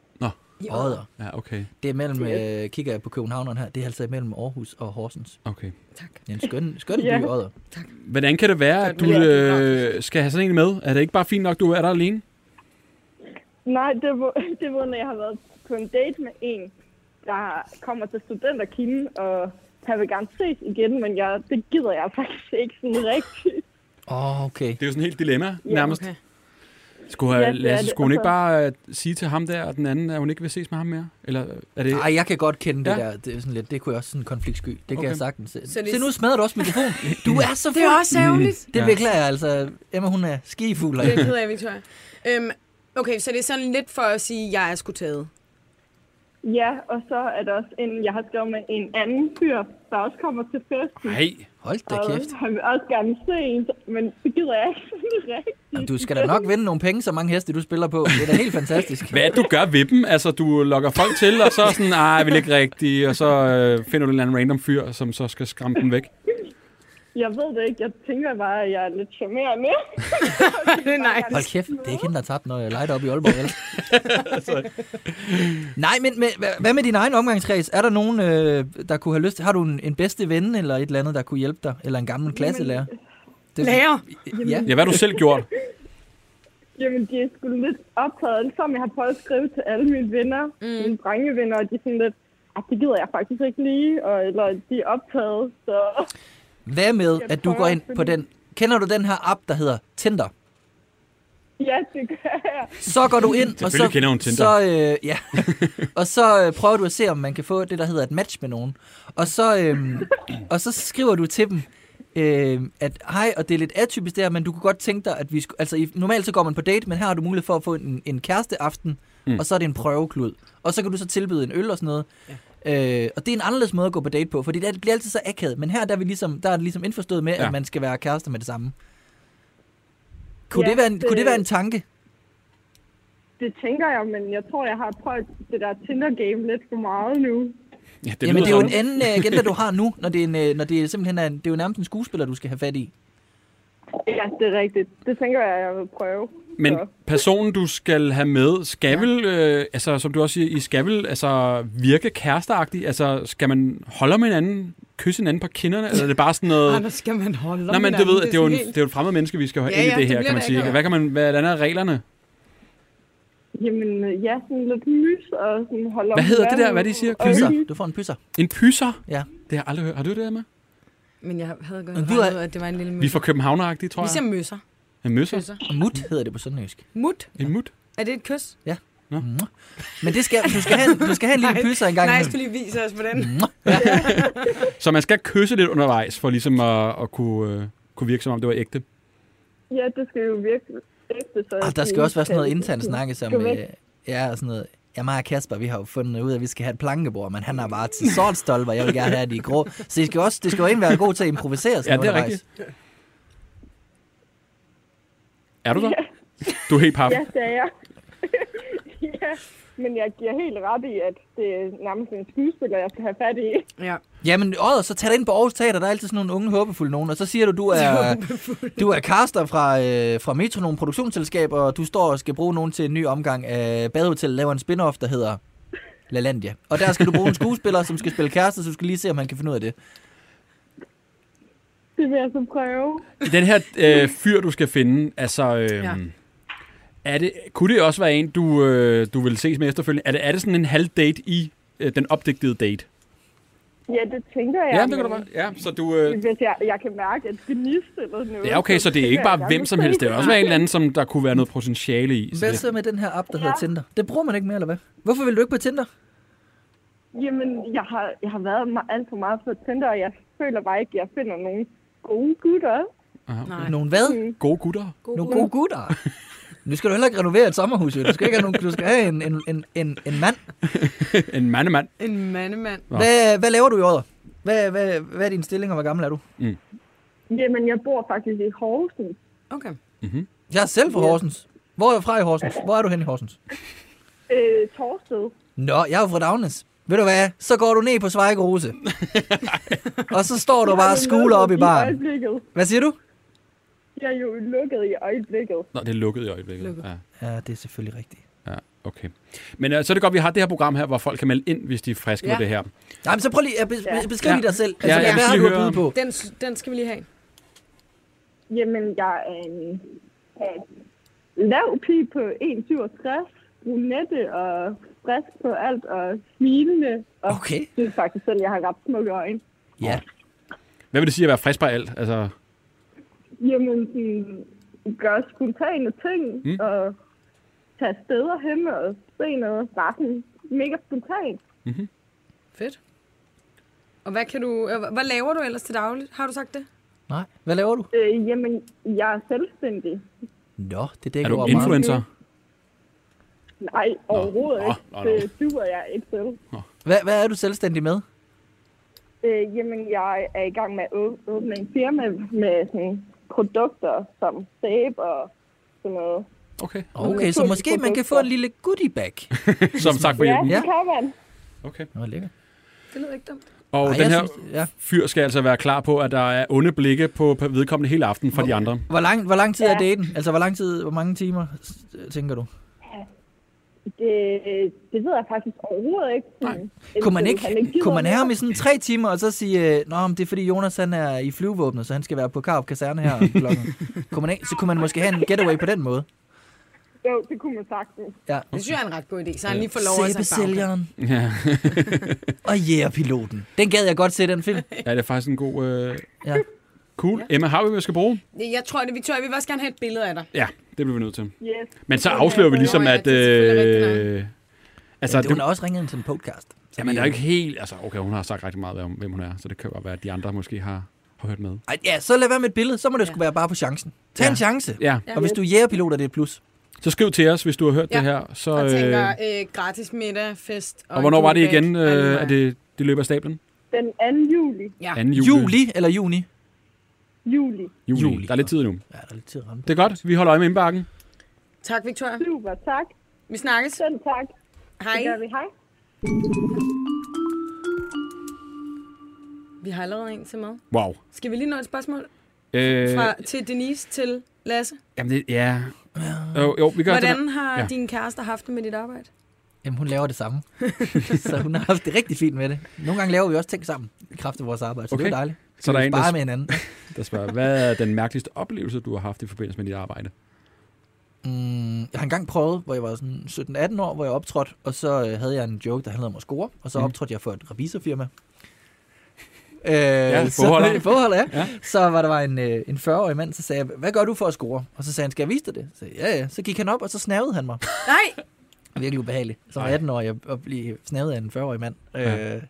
[SPEAKER 5] I Odder.
[SPEAKER 4] Ja, okay.
[SPEAKER 5] Det er mellem, øh, kigger jeg på Københavneren her, det er altså mellem Aarhus og Horsens.
[SPEAKER 4] okay.
[SPEAKER 5] Det er en skøn, skøn
[SPEAKER 6] Ja.
[SPEAKER 5] by, Odder.
[SPEAKER 4] Hvordan kan det være, at du øh, skal have sådan en med? Er det ikke bare fint nok, du er der alene?
[SPEAKER 6] Nej, det var, det var, når jeg har været på en date med en, der kommer til studenterkilden, og han vil gerne ses igen, men jeg, det gider jeg faktisk ikke sådan rigtigt.
[SPEAKER 5] Åh, oh, okay.
[SPEAKER 4] Det er jo sådan et helt dilemma,
[SPEAKER 6] Ja,
[SPEAKER 4] nærmest.
[SPEAKER 8] okay.
[SPEAKER 4] Skulle,
[SPEAKER 6] Ja,
[SPEAKER 4] ja,
[SPEAKER 6] det er
[SPEAKER 4] Lasse,
[SPEAKER 6] det.
[SPEAKER 4] skulle hun ikke bare øh, sige til ham der og den anden, at hun ikke vil ses med ham mere? Eller er det...
[SPEAKER 5] Ej, jeg kan godt kende ja. det
[SPEAKER 4] Ja.
[SPEAKER 5] der. Det er sådan lidt, det kunne jeg også sådan konfliktsky. Det kan
[SPEAKER 4] Okay.
[SPEAKER 5] jeg sagtens. Se,
[SPEAKER 8] det-
[SPEAKER 5] Se nu smadrer du også mikrofon. Du er så
[SPEAKER 8] Det
[SPEAKER 5] fuld.
[SPEAKER 8] er også ærgerligt.
[SPEAKER 5] Det
[SPEAKER 4] Ja.
[SPEAKER 5] beklager jeg altså. Emma, hun er skifugler.
[SPEAKER 8] Det er jeg ked af, Victoria. Øhm, okay, så det er sådan lidt for at sige, at jeg er sgu taget.
[SPEAKER 6] Ja, og så er der også en, jeg har skrevet med en anden fyr, der også kommer til festen.
[SPEAKER 4] Ej,
[SPEAKER 5] Hold da
[SPEAKER 6] og
[SPEAKER 5] kæft.
[SPEAKER 6] han vil også gerne se en, men det gider jeg ikke sådan rigtigt.
[SPEAKER 5] Jamen, Du skal da nok vinde nogle penge, så mange heste du spiller på. Det er da helt fantastisk.
[SPEAKER 4] hvad er det, du gør ved dem? Altså, du lokker folk til, og så er sådan, nej, jeg vil ikke rigtigt, og så øh, finder du en eller anden random fyr, som så skal skræmme dem væk.
[SPEAKER 6] Jeg ved det ikke. Jeg tænker bare, at jeg er lidt charmerende.
[SPEAKER 8] Nej.
[SPEAKER 5] Hold kæft, det er ikke hende, der har tabt, når jeg leger op i Aalborg. Eller? Nej, men, men hva- hvad med din egen omgangskreds? Er der nogen, øh, der kunne have lyst til? Har du en, en bedste ven eller et eller andet, der kunne hjælpe dig? Eller en gammel klasselærer? Det,
[SPEAKER 8] Lærer.
[SPEAKER 5] Ja.
[SPEAKER 4] Ja, hvad har du selv gjort?
[SPEAKER 6] Jamen, de er sgu lidt optaget alle sammen. Jeg har prøvet at skrive til alle mine venner, mm. mine drengevenner, og de er sådan lidt, at det gider jeg faktisk ikke lige, og, eller de er optaget, så...
[SPEAKER 5] Hvad med,
[SPEAKER 6] Jeg
[SPEAKER 5] at du
[SPEAKER 6] prøver
[SPEAKER 5] går
[SPEAKER 6] at
[SPEAKER 5] ind
[SPEAKER 6] finde-
[SPEAKER 5] på den... Kender du den her app, der hedder Tinder?
[SPEAKER 6] Ja, det gør jeg.
[SPEAKER 5] Så går du ind, og så,
[SPEAKER 4] Selvfølgelig kender hun Tinder.
[SPEAKER 5] så øh, ja. og så øh, prøver du at se, om man kan få det, der hedder et match med nogen. Og så, øh, og så skriver du til dem, øh, at hej, og det er lidt atypisk der, men du kunne godt tænke dig, at vi skulle... Altså, i- normalt så går man på date, men her har du mulighed for at få en, en kæreste aften, mm. og så er det en prøveklud. Og så kan du så tilbyde en øl og sådan noget. Ja. Øh, og det er en anderledes måde at gå på date på, fordi det bliver altid så akavet. Men her der er, vi ligesom, der er det ligesom indforstået med, ja.
[SPEAKER 4] Ja.
[SPEAKER 5] at man skal være kærester med det samme. Kunne,
[SPEAKER 6] Ja,
[SPEAKER 5] det være en, kunne det
[SPEAKER 6] det-
[SPEAKER 5] være en tanke?
[SPEAKER 6] Det tænker jeg, men jeg tror, jeg har prøvet det der Tinder-game lidt for meget nu.
[SPEAKER 4] Ja, det
[SPEAKER 5] Det Jamen,
[SPEAKER 4] lyder
[SPEAKER 5] det er jo en
[SPEAKER 4] sådan.
[SPEAKER 5] anden øh, agenda, du har nu, når det, er en, øh, når det er simpelthen er, en- det er jo nærmest en skuespiller, du skal have fat i.
[SPEAKER 6] Ja, det er rigtigt. Det tænker jeg, jeg vil prøve.
[SPEAKER 4] Men
[SPEAKER 6] Så.
[SPEAKER 4] personen, du skal have med, skal ja. vel, øh, altså, som du også siger, I skal vel altså, virke kæresteagtigt? Altså, skal man holde om hinanden, kysse hinanden på kinderne? Eller er det bare sådan noget...
[SPEAKER 8] Anders, skal man holde om
[SPEAKER 4] Nej, men du
[SPEAKER 8] hinanden?
[SPEAKER 4] ved, det er, jo en,
[SPEAKER 8] sådan
[SPEAKER 4] det er jo et fremmed menneske, vi skal have
[SPEAKER 8] Ja,
[SPEAKER 4] ja, ind
[SPEAKER 8] ja,
[SPEAKER 4] i det
[SPEAKER 8] det
[SPEAKER 4] her,
[SPEAKER 8] bliver
[SPEAKER 4] kan man
[SPEAKER 8] det
[SPEAKER 4] sige.
[SPEAKER 8] ikke.
[SPEAKER 4] Hvad kan man, hvordan er reglerne?
[SPEAKER 6] Jamen, øh, ja, sådan lidt mys og sådan holde
[SPEAKER 4] Hvad hedder det der? Hvad er det, I siger? Pysser?
[SPEAKER 5] Du får en pysser.
[SPEAKER 4] En pyser?
[SPEAKER 5] Ja.
[SPEAKER 4] Det har jeg aldrig hørt. Har du det med?
[SPEAKER 8] Men jeg havde godt
[SPEAKER 5] Men du
[SPEAKER 8] regnet
[SPEAKER 5] er-
[SPEAKER 8] ud, at det var en lille
[SPEAKER 4] Vi
[SPEAKER 8] møs.
[SPEAKER 4] får københavneragtigt, tror
[SPEAKER 8] Vi ser
[SPEAKER 4] jeg.
[SPEAKER 8] møsser.
[SPEAKER 4] En møsser?
[SPEAKER 8] Kysser.
[SPEAKER 5] Og Mut hedder det på sønderjysk.
[SPEAKER 8] Mut.
[SPEAKER 4] En mut?
[SPEAKER 8] Er det et kys?
[SPEAKER 5] Men det skal, du, skal have, en- du skal have en lille pysser en gang
[SPEAKER 8] Nej,
[SPEAKER 5] imellem.
[SPEAKER 8] skal du lige vise os, hvordan.
[SPEAKER 4] Så man skal kysse lidt undervejs, for ligesom at, at kunne, øh, kunne virke, som om det var ægte.
[SPEAKER 6] Ja, det skal jo virke ægte,
[SPEAKER 4] Ah,
[SPEAKER 6] så...
[SPEAKER 5] Og der skal også være sådan noget internt snakke, som...
[SPEAKER 6] Skal vi-
[SPEAKER 5] Øh, ja, og sådan noget. Ja, mig og Kasper, vi har jo fundet ud af, at vi skal have et plankebord, men han har bare til sortstolper, jeg vil gerne have de grå. Så det skal, også, det skal jo egentlig være god til at improvisere sådan
[SPEAKER 4] Ja, det er
[SPEAKER 5] undervejs.
[SPEAKER 4] rigtigt. Er du der? Du er helt paf.
[SPEAKER 6] Ja, det er jeg. ja, men jeg giver helt ret i, at det er nærmest en skuespiller, jeg skal have fat i.
[SPEAKER 8] Ja.
[SPEAKER 5] Jamen, åh, så tag dig ind på Aarhus Teater, der er altid sådan nogle unge håbefulde nogen, og så siger du, du er, du er caster fra, øh, fra Metronom Produktionsselskab, og du står og skal bruge nogen til en ny omgang af Badehotel, laver en spin-off, der hedder LaLandia. Og der skal du bruge en skuespiller, som skal spille kæreste, så du skal lige se, om han kan finde ud af det.
[SPEAKER 6] Det vil jeg så prøve.
[SPEAKER 4] Den her øh, fyr, du skal finde, altså... Øh,
[SPEAKER 8] Ja.
[SPEAKER 4] ja. er det, kunne det også være en, du, øh, du vil ses med efterfølgende? Er det, er det sådan en halv date i øh, den opdigtede date?
[SPEAKER 6] Ja, det tænker jeg.
[SPEAKER 4] Ja, det kan du
[SPEAKER 6] men
[SPEAKER 4] bare. Ja, så du... Øh,
[SPEAKER 6] Hvis jeg, jeg kan mærke, at det gnist eller noget.
[SPEAKER 4] ja, okay, så det er ikke
[SPEAKER 6] tænker
[SPEAKER 4] bare
[SPEAKER 6] jeg gerne
[SPEAKER 4] hvem som helst. Det er
[SPEAKER 6] vil
[SPEAKER 4] også være en eller anden, som der kunne være noget potentiale i. Så
[SPEAKER 5] Hvad
[SPEAKER 4] det,
[SPEAKER 5] så med den her app, der hedder Tinder? Det bruger man ikke mere, eller hvad? Hvorfor vil du ikke på Tinder?
[SPEAKER 6] se. Jamen, jeg har, jeg har været me- alt for meget på Tinder, og jeg føler bare ikke, at jeg finder nogen gode gutter.
[SPEAKER 5] Nogle hvad?
[SPEAKER 4] Mm, gode gutter.
[SPEAKER 5] Nogle gode gutter? Nu skal du heller ikke renovere et sommerhus, jo. Du skal ikke have nogen, du skal have en, en, en, en, en mand.
[SPEAKER 4] en mandemand.
[SPEAKER 8] En mandemand.
[SPEAKER 4] Nå.
[SPEAKER 5] Hvad, hvad laver du i året? Hvad, hvad, hvad er din stilling, og hvor gammel er du?
[SPEAKER 6] Jamen, jeg bor faktisk i Horsens.
[SPEAKER 8] Okay.
[SPEAKER 5] Jeg er selv fra Horsens. Hvor er du fra i Horsens? Hvor er du hen i Horsens?
[SPEAKER 6] Øh, Torsted.
[SPEAKER 5] Nå, jeg er jo fra Dagnes. Ved du hvad? Så går du ned på Svejke Rose. og så står du bare og skuler op i
[SPEAKER 6] I
[SPEAKER 5] baren.
[SPEAKER 6] øjeblikket.
[SPEAKER 5] Hvad siger du?
[SPEAKER 6] Jeg er jo lukket i øjeblikket.
[SPEAKER 4] Nå, det er lukket i øjeblikket. Ja,
[SPEAKER 5] Ja, det er selvfølgelig rigtigt.
[SPEAKER 4] ja, okay. Men øh, så er det godt, vi har det her program her, hvor folk kan melde ind, hvis de er friske ja. med
[SPEAKER 8] Ja.
[SPEAKER 4] det her.
[SPEAKER 5] Jamen, så prøv lige at bes-
[SPEAKER 6] Ja.
[SPEAKER 5] beskrive
[SPEAKER 4] Ja.
[SPEAKER 5] lige dig selv.
[SPEAKER 4] Ja,
[SPEAKER 5] Altså,
[SPEAKER 4] jeg
[SPEAKER 5] hvad
[SPEAKER 4] skal
[SPEAKER 5] har du
[SPEAKER 4] lige
[SPEAKER 5] at byde
[SPEAKER 4] høre.
[SPEAKER 5] på?
[SPEAKER 8] Den, s- den skal vi lige have.
[SPEAKER 6] Jamen, jeg er en, en lav pige på 1,67, brunette og frisk på alt og smilende. Og
[SPEAKER 5] Okay.
[SPEAKER 6] det er faktisk sådan, jeg har ret smukke øjne.
[SPEAKER 5] Ja.
[SPEAKER 4] Hvad vil det sige at være frisk på alt? Altså,
[SPEAKER 6] Jamen, sådan, gør spontane ting mm. og tage steder hen og se noget. Bare sådan mega spontant.
[SPEAKER 8] Fedt. Og hvad, kan du, øh, hvad laver du ellers til dagligt? Har du sagt det?
[SPEAKER 5] Nej. Hvad laver du?
[SPEAKER 6] Øh, jamen, jeg er selvstændig.
[SPEAKER 5] Nå, det
[SPEAKER 4] er
[SPEAKER 5] dækker
[SPEAKER 4] du
[SPEAKER 5] over meget.
[SPEAKER 4] influencer?
[SPEAKER 6] Nej, overhovedet
[SPEAKER 4] Nå,
[SPEAKER 6] ikke.
[SPEAKER 4] nå, nå.
[SPEAKER 6] Det duer jeg ikke til.
[SPEAKER 5] Hvad, hvad er du selvstændig med?
[SPEAKER 6] Øh, jamen, jeg er i gang med at å- åbne en firma med sådan, produkter som sæbe og sådan noget.
[SPEAKER 4] Okay.
[SPEAKER 5] Okay, så måske man kan få en lille goodie bag.
[SPEAKER 4] Som tak for
[SPEAKER 6] Ja,
[SPEAKER 4] hjælpen.
[SPEAKER 6] det kan man.
[SPEAKER 4] Okay.
[SPEAKER 5] Nå, lækkert.
[SPEAKER 8] Det lyder ikke dumt.
[SPEAKER 4] Og
[SPEAKER 5] Ej,
[SPEAKER 4] den
[SPEAKER 5] jeg
[SPEAKER 4] her
[SPEAKER 5] synes- ja.
[SPEAKER 4] fyr skal altså være klar på, at der er onde blikke på på vedkommende hele aften fra de andre.
[SPEAKER 5] Hvor lang, hvor lang tid er daten? Altså, hvor lang tid, hvor mange timer, s- tænker du?
[SPEAKER 6] Det, det ved jeg faktisk overhovedet ikke. Nej.
[SPEAKER 5] Kunne man ikke, kunne man have ham i sådan tre timer, og så sige, øh, Nå, men det er fordi Jonas han er i flyvevåbnet, så han skal være på Karup Kaserne her om klokken. kunne man ikke, så kunne man måske have en getaway på den måde.
[SPEAKER 6] Jo, det kunne man sagtens.
[SPEAKER 5] Ja.
[SPEAKER 8] Det synes jeg er en ret god idé, så han lige får lov at sige
[SPEAKER 5] Sæbesælgeren
[SPEAKER 4] Ja.
[SPEAKER 5] og jægerpiloten. Den gad jeg godt se, den film.
[SPEAKER 4] ja, det er faktisk en god... Øh,
[SPEAKER 5] Ja.
[SPEAKER 4] cool. Emma, har vi, hvad vi skal bruge?
[SPEAKER 8] Jeg tror det, Victoria, vi vil også gerne have et billede af dig.
[SPEAKER 4] Ja, det bliver vi nødt til.
[SPEAKER 6] Yes.
[SPEAKER 4] Men så afslører vi ligesom,
[SPEAKER 8] Nå ja,
[SPEAKER 4] at...
[SPEAKER 8] det er selvfølgelig rigtigt
[SPEAKER 4] Øh, altså,
[SPEAKER 5] Det, hun
[SPEAKER 4] det,
[SPEAKER 5] har også ringet ind til en podcast. Så
[SPEAKER 4] jamen,
[SPEAKER 5] vi-
[SPEAKER 4] der er jo ikke helt... Altså, okay, hun har sagt rigtig meget om, hvem hun er, så det kan godt være, at de andre måske har, har hørt med.
[SPEAKER 5] Ej, ja, så lad være med et billede, så må det ja. sgu være bare på chancen. Tag ja. en chance.
[SPEAKER 4] Ja,
[SPEAKER 5] Og hvis du er jægerpilot, er det et plus.
[SPEAKER 4] så skriv til os, hvis du har hørt
[SPEAKER 8] Ja.
[SPEAKER 4] det her. Så,
[SPEAKER 8] Og tænker
[SPEAKER 4] øh,
[SPEAKER 8] øh, gratis middag, fest.
[SPEAKER 4] og hvornår var det
[SPEAKER 8] en
[SPEAKER 4] igen,
[SPEAKER 8] god dag.
[SPEAKER 4] øh, at det, det løber af stablen?
[SPEAKER 6] Den 2. juli.
[SPEAKER 8] Ja.
[SPEAKER 5] Ah,
[SPEAKER 4] 2. juli.
[SPEAKER 5] Juli eller juni?
[SPEAKER 6] Juli.
[SPEAKER 4] juli.
[SPEAKER 5] Juli.
[SPEAKER 4] Der er lidt tid nu.
[SPEAKER 5] Ja, der er lidt tid at ramme.
[SPEAKER 4] Det er godt. Vi holder øje med indbakken.
[SPEAKER 8] Tak, Victoria.
[SPEAKER 6] Super, tak.
[SPEAKER 8] Vi snakkes.
[SPEAKER 6] Selv tak.
[SPEAKER 8] Hej.
[SPEAKER 6] Det gør vi. Hej.
[SPEAKER 8] Vi har allerede en til med.
[SPEAKER 4] Wow.
[SPEAKER 8] Skal vi lige nå et spørgsmål
[SPEAKER 4] Øh,
[SPEAKER 8] fra, til Denise til Lasse?
[SPEAKER 4] Jamen, det, ja. Jo, jo, vi gør det.
[SPEAKER 8] Hvordan
[SPEAKER 4] Ja.
[SPEAKER 8] har din kæreste haft det med dit arbejde?
[SPEAKER 5] Jamen, hun laver det samme. så hun har haft det rigtig fint med det. Nogle gange laver vi også ting sammen i kraft af vores arbejde, så okay.
[SPEAKER 4] Okay.
[SPEAKER 5] det er jo dejligt.
[SPEAKER 4] Så der er en,
[SPEAKER 5] Bare
[SPEAKER 4] der,
[SPEAKER 5] med hinanden.
[SPEAKER 4] der spørger, hvad er den mærkeligste oplevelse, du har haft i forbindelse med dit arbejde?
[SPEAKER 5] Mm, jeg har engang prøvet, hvor jeg var sådan 17-18 år, hvor jeg optrådte, og så øh, havde jeg en joke, der handlede om at score, og
[SPEAKER 4] Mhm.
[SPEAKER 5] så mm. optrådte jeg for et revisorfirma. Øh, ja,
[SPEAKER 4] forholder.
[SPEAKER 5] Så, forholder ja. ja. Så var der var en, øh, en 40-årig mand, så sagde jeg, hvad gør du for at score? Og så sagde han, skal jeg vise dig det? Så, sagde jeg, ja, ja. så gik han op, og så snavede han mig.
[SPEAKER 8] Nej!
[SPEAKER 5] Virkelig ubehageligt. Som 18-årig at- at blive snavet af en 40-årig mand. Øh,
[SPEAKER 4] Ja.
[SPEAKER 5] Det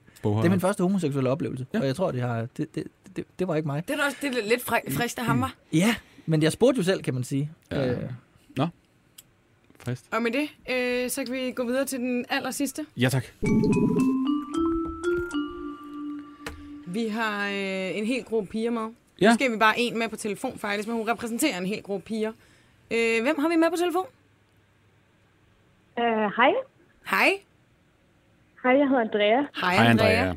[SPEAKER 5] er min første homoseksuelle oplevelse,
[SPEAKER 4] Ja.
[SPEAKER 5] ja. og jeg tror, det, har, det, det, det, det var ikke mig.
[SPEAKER 8] Det er da også det er lidt fri- frisk af ham, var.
[SPEAKER 5] Ja, men jeg spurgte jo selv, kan man sige. Ja. Øh,
[SPEAKER 4] Frist.
[SPEAKER 8] Og med det, øh, så kan vi gå videre til den aller sidste.
[SPEAKER 4] Ja, tak.
[SPEAKER 8] Vi har øh, en hel gruppe piger med.
[SPEAKER 4] Ja.
[SPEAKER 8] Ja. Nu skal vi bare en med på telefon faktisk, men hun repræsenterer en hel gruppe piger. Øh, hvem har vi med på telefon?
[SPEAKER 6] Uh, hej.
[SPEAKER 8] Hej.
[SPEAKER 6] Hej, jeg hedder Andrea.
[SPEAKER 8] Hej,
[SPEAKER 4] Hej,
[SPEAKER 8] Andrea.
[SPEAKER 4] Andrea.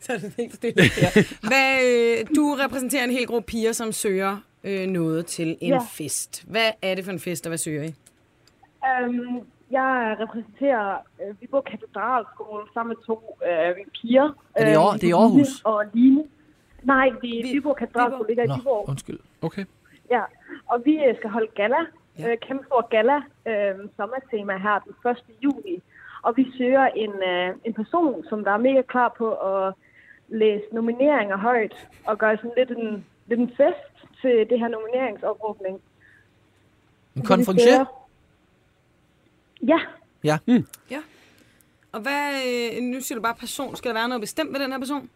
[SPEAKER 8] Så er det helt stille. ja. Hvad, øh, du repræsenterer en hel gruppe piger, som søger øh, noget til en
[SPEAKER 6] Ja.
[SPEAKER 8] ja. fest. Hvad er det for en fest, og hvad søger I?
[SPEAKER 6] Um, jeg repræsenterer øh, Viborg Katedralskole sammen med to øh, piger.
[SPEAKER 5] Er det i Aar-
[SPEAKER 6] Øh,
[SPEAKER 5] det er i Aarhus?
[SPEAKER 6] Line Og Line. Nej, det er
[SPEAKER 8] Vi-
[SPEAKER 6] Viborg Katedralskole, ligger i
[SPEAKER 5] nå,
[SPEAKER 6] Viborg.
[SPEAKER 5] undskyld.
[SPEAKER 4] Okay.
[SPEAKER 6] Ja, og vi øh, skal holde gala, ja. øh, kæmpe stor gala, øh, sommertema her den 1. juni. Og vi søger en, øh, en person, som der er mega klar på at læse nomineringer højt og gøre sådan lidt en, lidt en fest til det her nomineringsopråbning.
[SPEAKER 5] En
[SPEAKER 6] Så vi søger-
[SPEAKER 5] konferencier?
[SPEAKER 6] Ja,
[SPEAKER 5] Ja.
[SPEAKER 8] Og hvad, øh, nu siger du bare person. Skal der være noget bestemt ved den her person?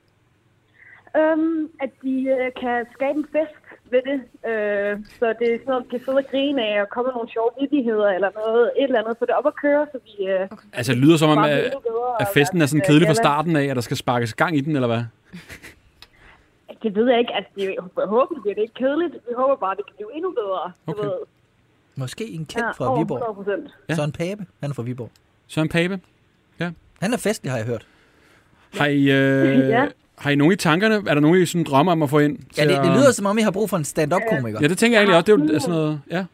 [SPEAKER 6] øhm, at de øh, kan skabe en fest
[SPEAKER 13] ved det. Øh, så det er sådan noget, vi kan sidde og grine af, og komme med nogle sjove vidigheder eller noget, et eller andet, så det er op at køre, så vi... Øh, okay.
[SPEAKER 4] Altså, det lyder som om,
[SPEAKER 13] Bare
[SPEAKER 4] at,
[SPEAKER 13] endnu bedre
[SPEAKER 4] at
[SPEAKER 13] at
[SPEAKER 4] festen
[SPEAKER 13] være
[SPEAKER 4] er sådan
[SPEAKER 13] lidt, øh,
[SPEAKER 4] kedelig fra
[SPEAKER 13] gala.
[SPEAKER 4] starten af, at der skal sparkes gang i den, eller hvad?
[SPEAKER 13] Det ved jeg ikke. Altså, det, forhåbentlig bliver det ikke kedeligt. Vi håber bare, at det kan blive endnu bedre. Okay. Du ved.
[SPEAKER 5] Måske en kendt
[SPEAKER 13] Ja,
[SPEAKER 5] ja, fra
[SPEAKER 13] over
[SPEAKER 5] Viborg.
[SPEAKER 13] 100%.
[SPEAKER 5] Ja. Søren Pape, han er fra Viborg.
[SPEAKER 4] Søren Pape? Ja.
[SPEAKER 5] Han er festlig, har jeg hørt.
[SPEAKER 4] Har I, øh,
[SPEAKER 5] Ja.
[SPEAKER 4] har I nogen i tankerne? Er der nogen, I sådan drømmer om at få ind?
[SPEAKER 5] Ja,
[SPEAKER 4] til
[SPEAKER 5] det, det
[SPEAKER 4] at-
[SPEAKER 5] lyder som om, I har brug for en stand-up-komiker.
[SPEAKER 4] Ja, det tænker jeg egentlig også. Det er jo sådan noget... Ja.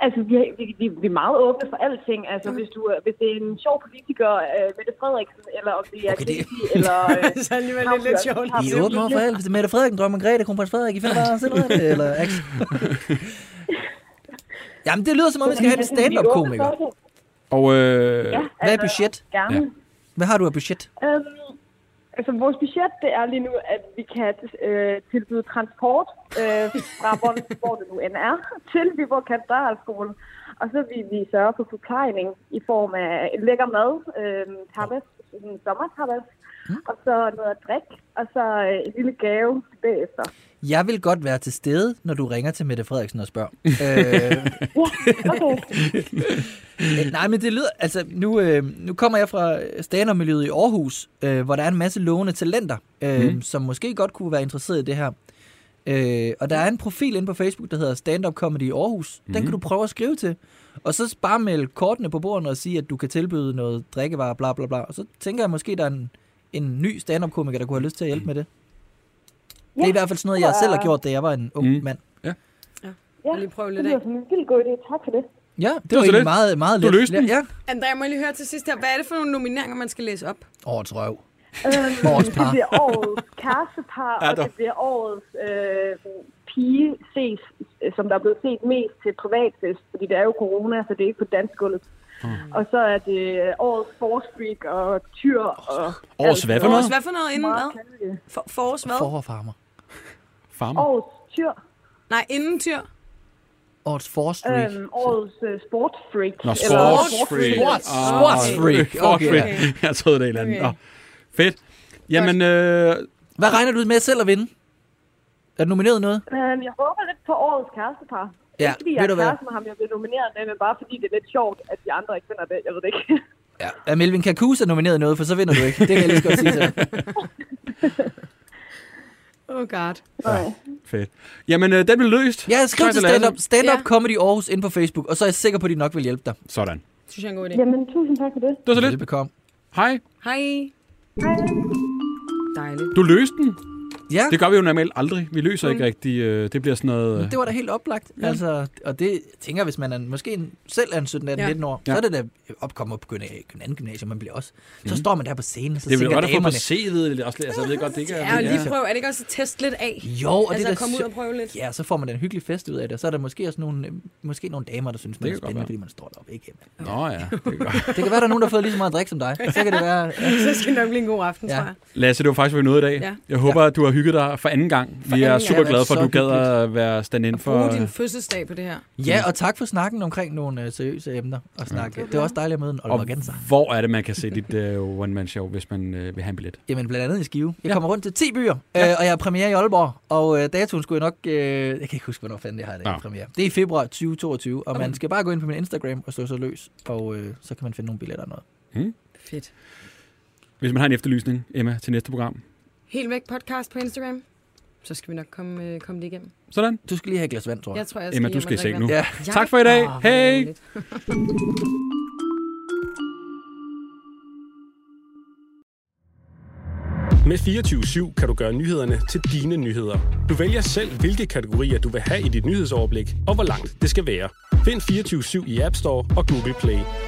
[SPEAKER 13] Altså, vi, vi, vi, vi er meget åbne for alting. Altså, hvis, du, er- hvis det er en sjov politiker, øh, Mette Frederiksen, eller om det er okay, Casey, eller... Øh,
[SPEAKER 2] så alligevel
[SPEAKER 13] Hamlet.
[SPEAKER 2] lidt sjovt.
[SPEAKER 5] I er åbne over for alt. Hvis det er Mette Frederiksen, drømmer Grete, kronprins Frederik, I finder bare selv ud af det, eller Axel. Jamen, det lyder som om, vi skal have en stand-up-komiker.
[SPEAKER 4] Og øh, ja.
[SPEAKER 5] Hvad er budget?
[SPEAKER 13] altså, Gerne. Ja.
[SPEAKER 5] Hvad har du af budget?
[SPEAKER 13] Øhm, altså, vores budget, det er lige nu, at vi kan øh, tilbyde transport øh, fra, hvor, hvor det nu end er, til Viborg Katedralskole. Og så vil vi sørge for forplejning i form af en lækker mad, øh, tapas, en sommertapas, og så noget at drikke, og så øh, en lille gave bagefter.
[SPEAKER 5] Jeg vil godt være til stede, når du ringer til Mette Frederiksen og spørger. øh,
[SPEAKER 13] Okay.
[SPEAKER 5] Øh, Nej, men det lyder... Altså, nu, øh, nu kommer jeg fra stand-up-miljøet i Aarhus, øh, hvor der er en masse lovende talenter, øh,
[SPEAKER 4] Mm.
[SPEAKER 5] mm. som måske godt kunne være interesseret i det her. Øh, og der er en profil inde på Facebook, der hedder Stand-up Comedy i Aarhus.
[SPEAKER 4] Mhm.
[SPEAKER 5] Den kan du prøve at skrive til. Og så bare melde kortene på bordene og sige, at du kan tilbyde noget drikkevarer, bla bla bla. Og så tænker jeg måske, der er en, en ny stand-up-komiker, der kunne have lyst til
[SPEAKER 4] Mhm.
[SPEAKER 5] at hjælpe med det. Ja, det er i hvert fald sådan noget, jeg selv har gjort, da jeg var en
[SPEAKER 4] Mhm.
[SPEAKER 5] ung mm. mand.
[SPEAKER 13] Ja, lige prøve lidt det lyder som en vildt god idé. Tak for det.
[SPEAKER 5] Ja,
[SPEAKER 4] var
[SPEAKER 5] det, det var
[SPEAKER 4] så
[SPEAKER 5] egentlig
[SPEAKER 4] lidt.
[SPEAKER 5] meget, meget
[SPEAKER 4] Du
[SPEAKER 5] let.
[SPEAKER 4] løste den.
[SPEAKER 5] Ja.
[SPEAKER 8] Andrea, må jeg lige høre til sidst her. Hvad er det for nogle nomineringer, man skal læse op?
[SPEAKER 5] Årets røv.
[SPEAKER 13] Øhm,
[SPEAKER 5] Vores
[SPEAKER 13] det
[SPEAKER 5] par.
[SPEAKER 13] bliver årets kærestepar,
[SPEAKER 4] Ja,
[SPEAKER 13] og
[SPEAKER 4] dog.
[SPEAKER 13] det bliver årets øh, pige ses, øh, som der er blevet set mest til privatfest, fordi det er jo corona, så det er ikke på dansgulvet. Mm. Og så er det øh, årets forstreak og tyr og...
[SPEAKER 4] Årets hvad for
[SPEAKER 8] Årets
[SPEAKER 4] noget?
[SPEAKER 8] hvad for noget inden hvad? For, forårs hvad?
[SPEAKER 5] Forfarmer.
[SPEAKER 4] Farmer.
[SPEAKER 13] Årets tyr.
[SPEAKER 8] Nej, inden tyr.
[SPEAKER 5] Årets forstreak.
[SPEAKER 13] Øhm, årets øh, sportsfreak.
[SPEAKER 4] Nå,
[SPEAKER 13] eller
[SPEAKER 4] sports freak.
[SPEAKER 5] Sports- sportsfreak. Okay.
[SPEAKER 4] freak. Jeg troede, det er et eller andet. Nå, fedt. Jamen, øh,
[SPEAKER 5] Hvad regner du ud med selv at vinde? Er du nomineret noget?
[SPEAKER 13] Øhm, jeg håber lidt på årets kærestepar.
[SPEAKER 5] Ja,
[SPEAKER 13] ikke fordi jeg
[SPEAKER 5] ved du
[SPEAKER 13] er
[SPEAKER 5] hvad?
[SPEAKER 13] kæreste med ham, jeg bliver nomineret med, men bare fordi det er lidt sjovt, at de andre ikke finder det. Jeg ved det ikke.
[SPEAKER 5] Ja. Er Melvin Kakus er nomineret noget, for så vinder du ikke. Det kan jeg lige så godt sige til dig.
[SPEAKER 2] Oh god.
[SPEAKER 4] fedt. Jamen, øh, den blev løst.
[SPEAKER 5] Ja, skriv
[SPEAKER 4] Tak
[SPEAKER 5] til
[SPEAKER 4] til Lasse.
[SPEAKER 5] stand-up stand
[SPEAKER 2] Ja.
[SPEAKER 5] ja. Comedy Aarhus ind på Facebook, og så er jeg sikker på, at de nok vil hjælpe dig.
[SPEAKER 4] Sådan.
[SPEAKER 8] Det synes jeg er en god idé.
[SPEAKER 13] Jamen, tusind tak for det.
[SPEAKER 4] Det var så lidt.
[SPEAKER 5] Velbekomme.
[SPEAKER 4] Hej.
[SPEAKER 8] Hej. Dejligt.
[SPEAKER 4] Du løste den.
[SPEAKER 5] Ja,
[SPEAKER 4] Det gør vi jo normalt aldrig. Vi løser
[SPEAKER 5] Mm.
[SPEAKER 4] ikke rigtig. Øh, det bliver sådan noget... Øh,
[SPEAKER 5] det var da helt oplagt. Ja. Altså, og det tænker jeg, hvis man er, måske en- selv er en 17, 18,
[SPEAKER 8] Ja.
[SPEAKER 5] 19 år,
[SPEAKER 4] Ja.
[SPEAKER 5] så er det da opkommet på gymna- anden gymnasium, man bliver også. Så står man der på scenen, og så
[SPEAKER 4] Mhm. det vil
[SPEAKER 5] tænker
[SPEAKER 4] godt at få på
[SPEAKER 5] damerne,
[SPEAKER 4] CV'et. eller også- Altså, jeg ved godt, det ikke er...
[SPEAKER 8] Ja, og lige prøv. Er det ikke også at teste lidt af?
[SPEAKER 5] jo, og
[SPEAKER 8] altså,
[SPEAKER 5] det er da
[SPEAKER 8] komme ud
[SPEAKER 5] sjovt.
[SPEAKER 8] og prøve lidt.
[SPEAKER 5] Ja, så får man da en hyggelig fest ud af det, og så er der måske også nogle, øh, måske nogle damer, der synes, man
[SPEAKER 4] kan
[SPEAKER 5] er
[SPEAKER 4] godt
[SPEAKER 5] spændende,
[SPEAKER 4] være.
[SPEAKER 5] fordi man står deroppe. Ikke?
[SPEAKER 4] Nå ja, det er godt.
[SPEAKER 5] Det kan være, der er nogen, der har fået lige så meget drik som dig. Så kan det være... Ja.
[SPEAKER 8] Så skal det nok blive en god aften,
[SPEAKER 5] Ja.
[SPEAKER 8] tror jeg.
[SPEAKER 4] Lasse, det var faktisk, hvad vi nåede i dag.
[SPEAKER 8] Ja.
[SPEAKER 4] Jeg håber, at du har hygget dig for anden gang. vi er
[SPEAKER 8] anden
[SPEAKER 4] super
[SPEAKER 8] gang.
[SPEAKER 4] glade for, at du
[SPEAKER 5] Det var så
[SPEAKER 4] gad at være stand-in for... øh,
[SPEAKER 8] Brug din fødselsdag på det her.
[SPEAKER 5] Ja, og tak for snakken omkring nogle øh, seriøse emner og snakke. Det var også dejligt at møde en
[SPEAKER 4] Mm. Og
[SPEAKER 5] Aalborgenser.
[SPEAKER 4] hvor er det, man kan se dit uh, one-man-show, hvis man uh, vil have en billet?
[SPEAKER 5] Jamen, blandt andet i Skive. Jeg kommer rundt til 10 byer, øh, og jeg er premiere i Aalborg. Og øh, datoen skulle jeg nok... Øh, jeg kan ikke huske, hvornår fanden det har, det
[SPEAKER 4] Nå.
[SPEAKER 5] er premiere. Det er i februar 2022, og man skal bare gå ind på min Instagram og slå sig løs, og øh, så kan man finde nogle billetter og noget.
[SPEAKER 8] Fedt.
[SPEAKER 4] Hvis man har en efterlysning, Emma, til næste program.
[SPEAKER 8] Helt væk podcast på Instagram. Så skal vi nok komme, øh, komme det igennem.
[SPEAKER 4] Sådan.
[SPEAKER 5] Du skal lige have et glas vand, tror jeg.
[SPEAKER 8] Jeg tror, jeg skal
[SPEAKER 4] Emma,
[SPEAKER 8] hjem
[SPEAKER 4] du
[SPEAKER 8] og
[SPEAKER 4] skal i
[SPEAKER 8] drikke
[SPEAKER 4] seng
[SPEAKER 8] vand.
[SPEAKER 4] nu.
[SPEAKER 5] Ja.
[SPEAKER 8] Jeg-
[SPEAKER 4] Tak for i dag.
[SPEAKER 8] Åh,
[SPEAKER 4] Hej.
[SPEAKER 8] hvor dejligt.
[SPEAKER 3] Med 24-7 kan du gøre nyhederne til dine nyheder. Du vælger selv, hvilke kategorier du vil have i dit nyhedsoverblik, og hvor langt det skal være. Find 24-7 i App Store og Google Play.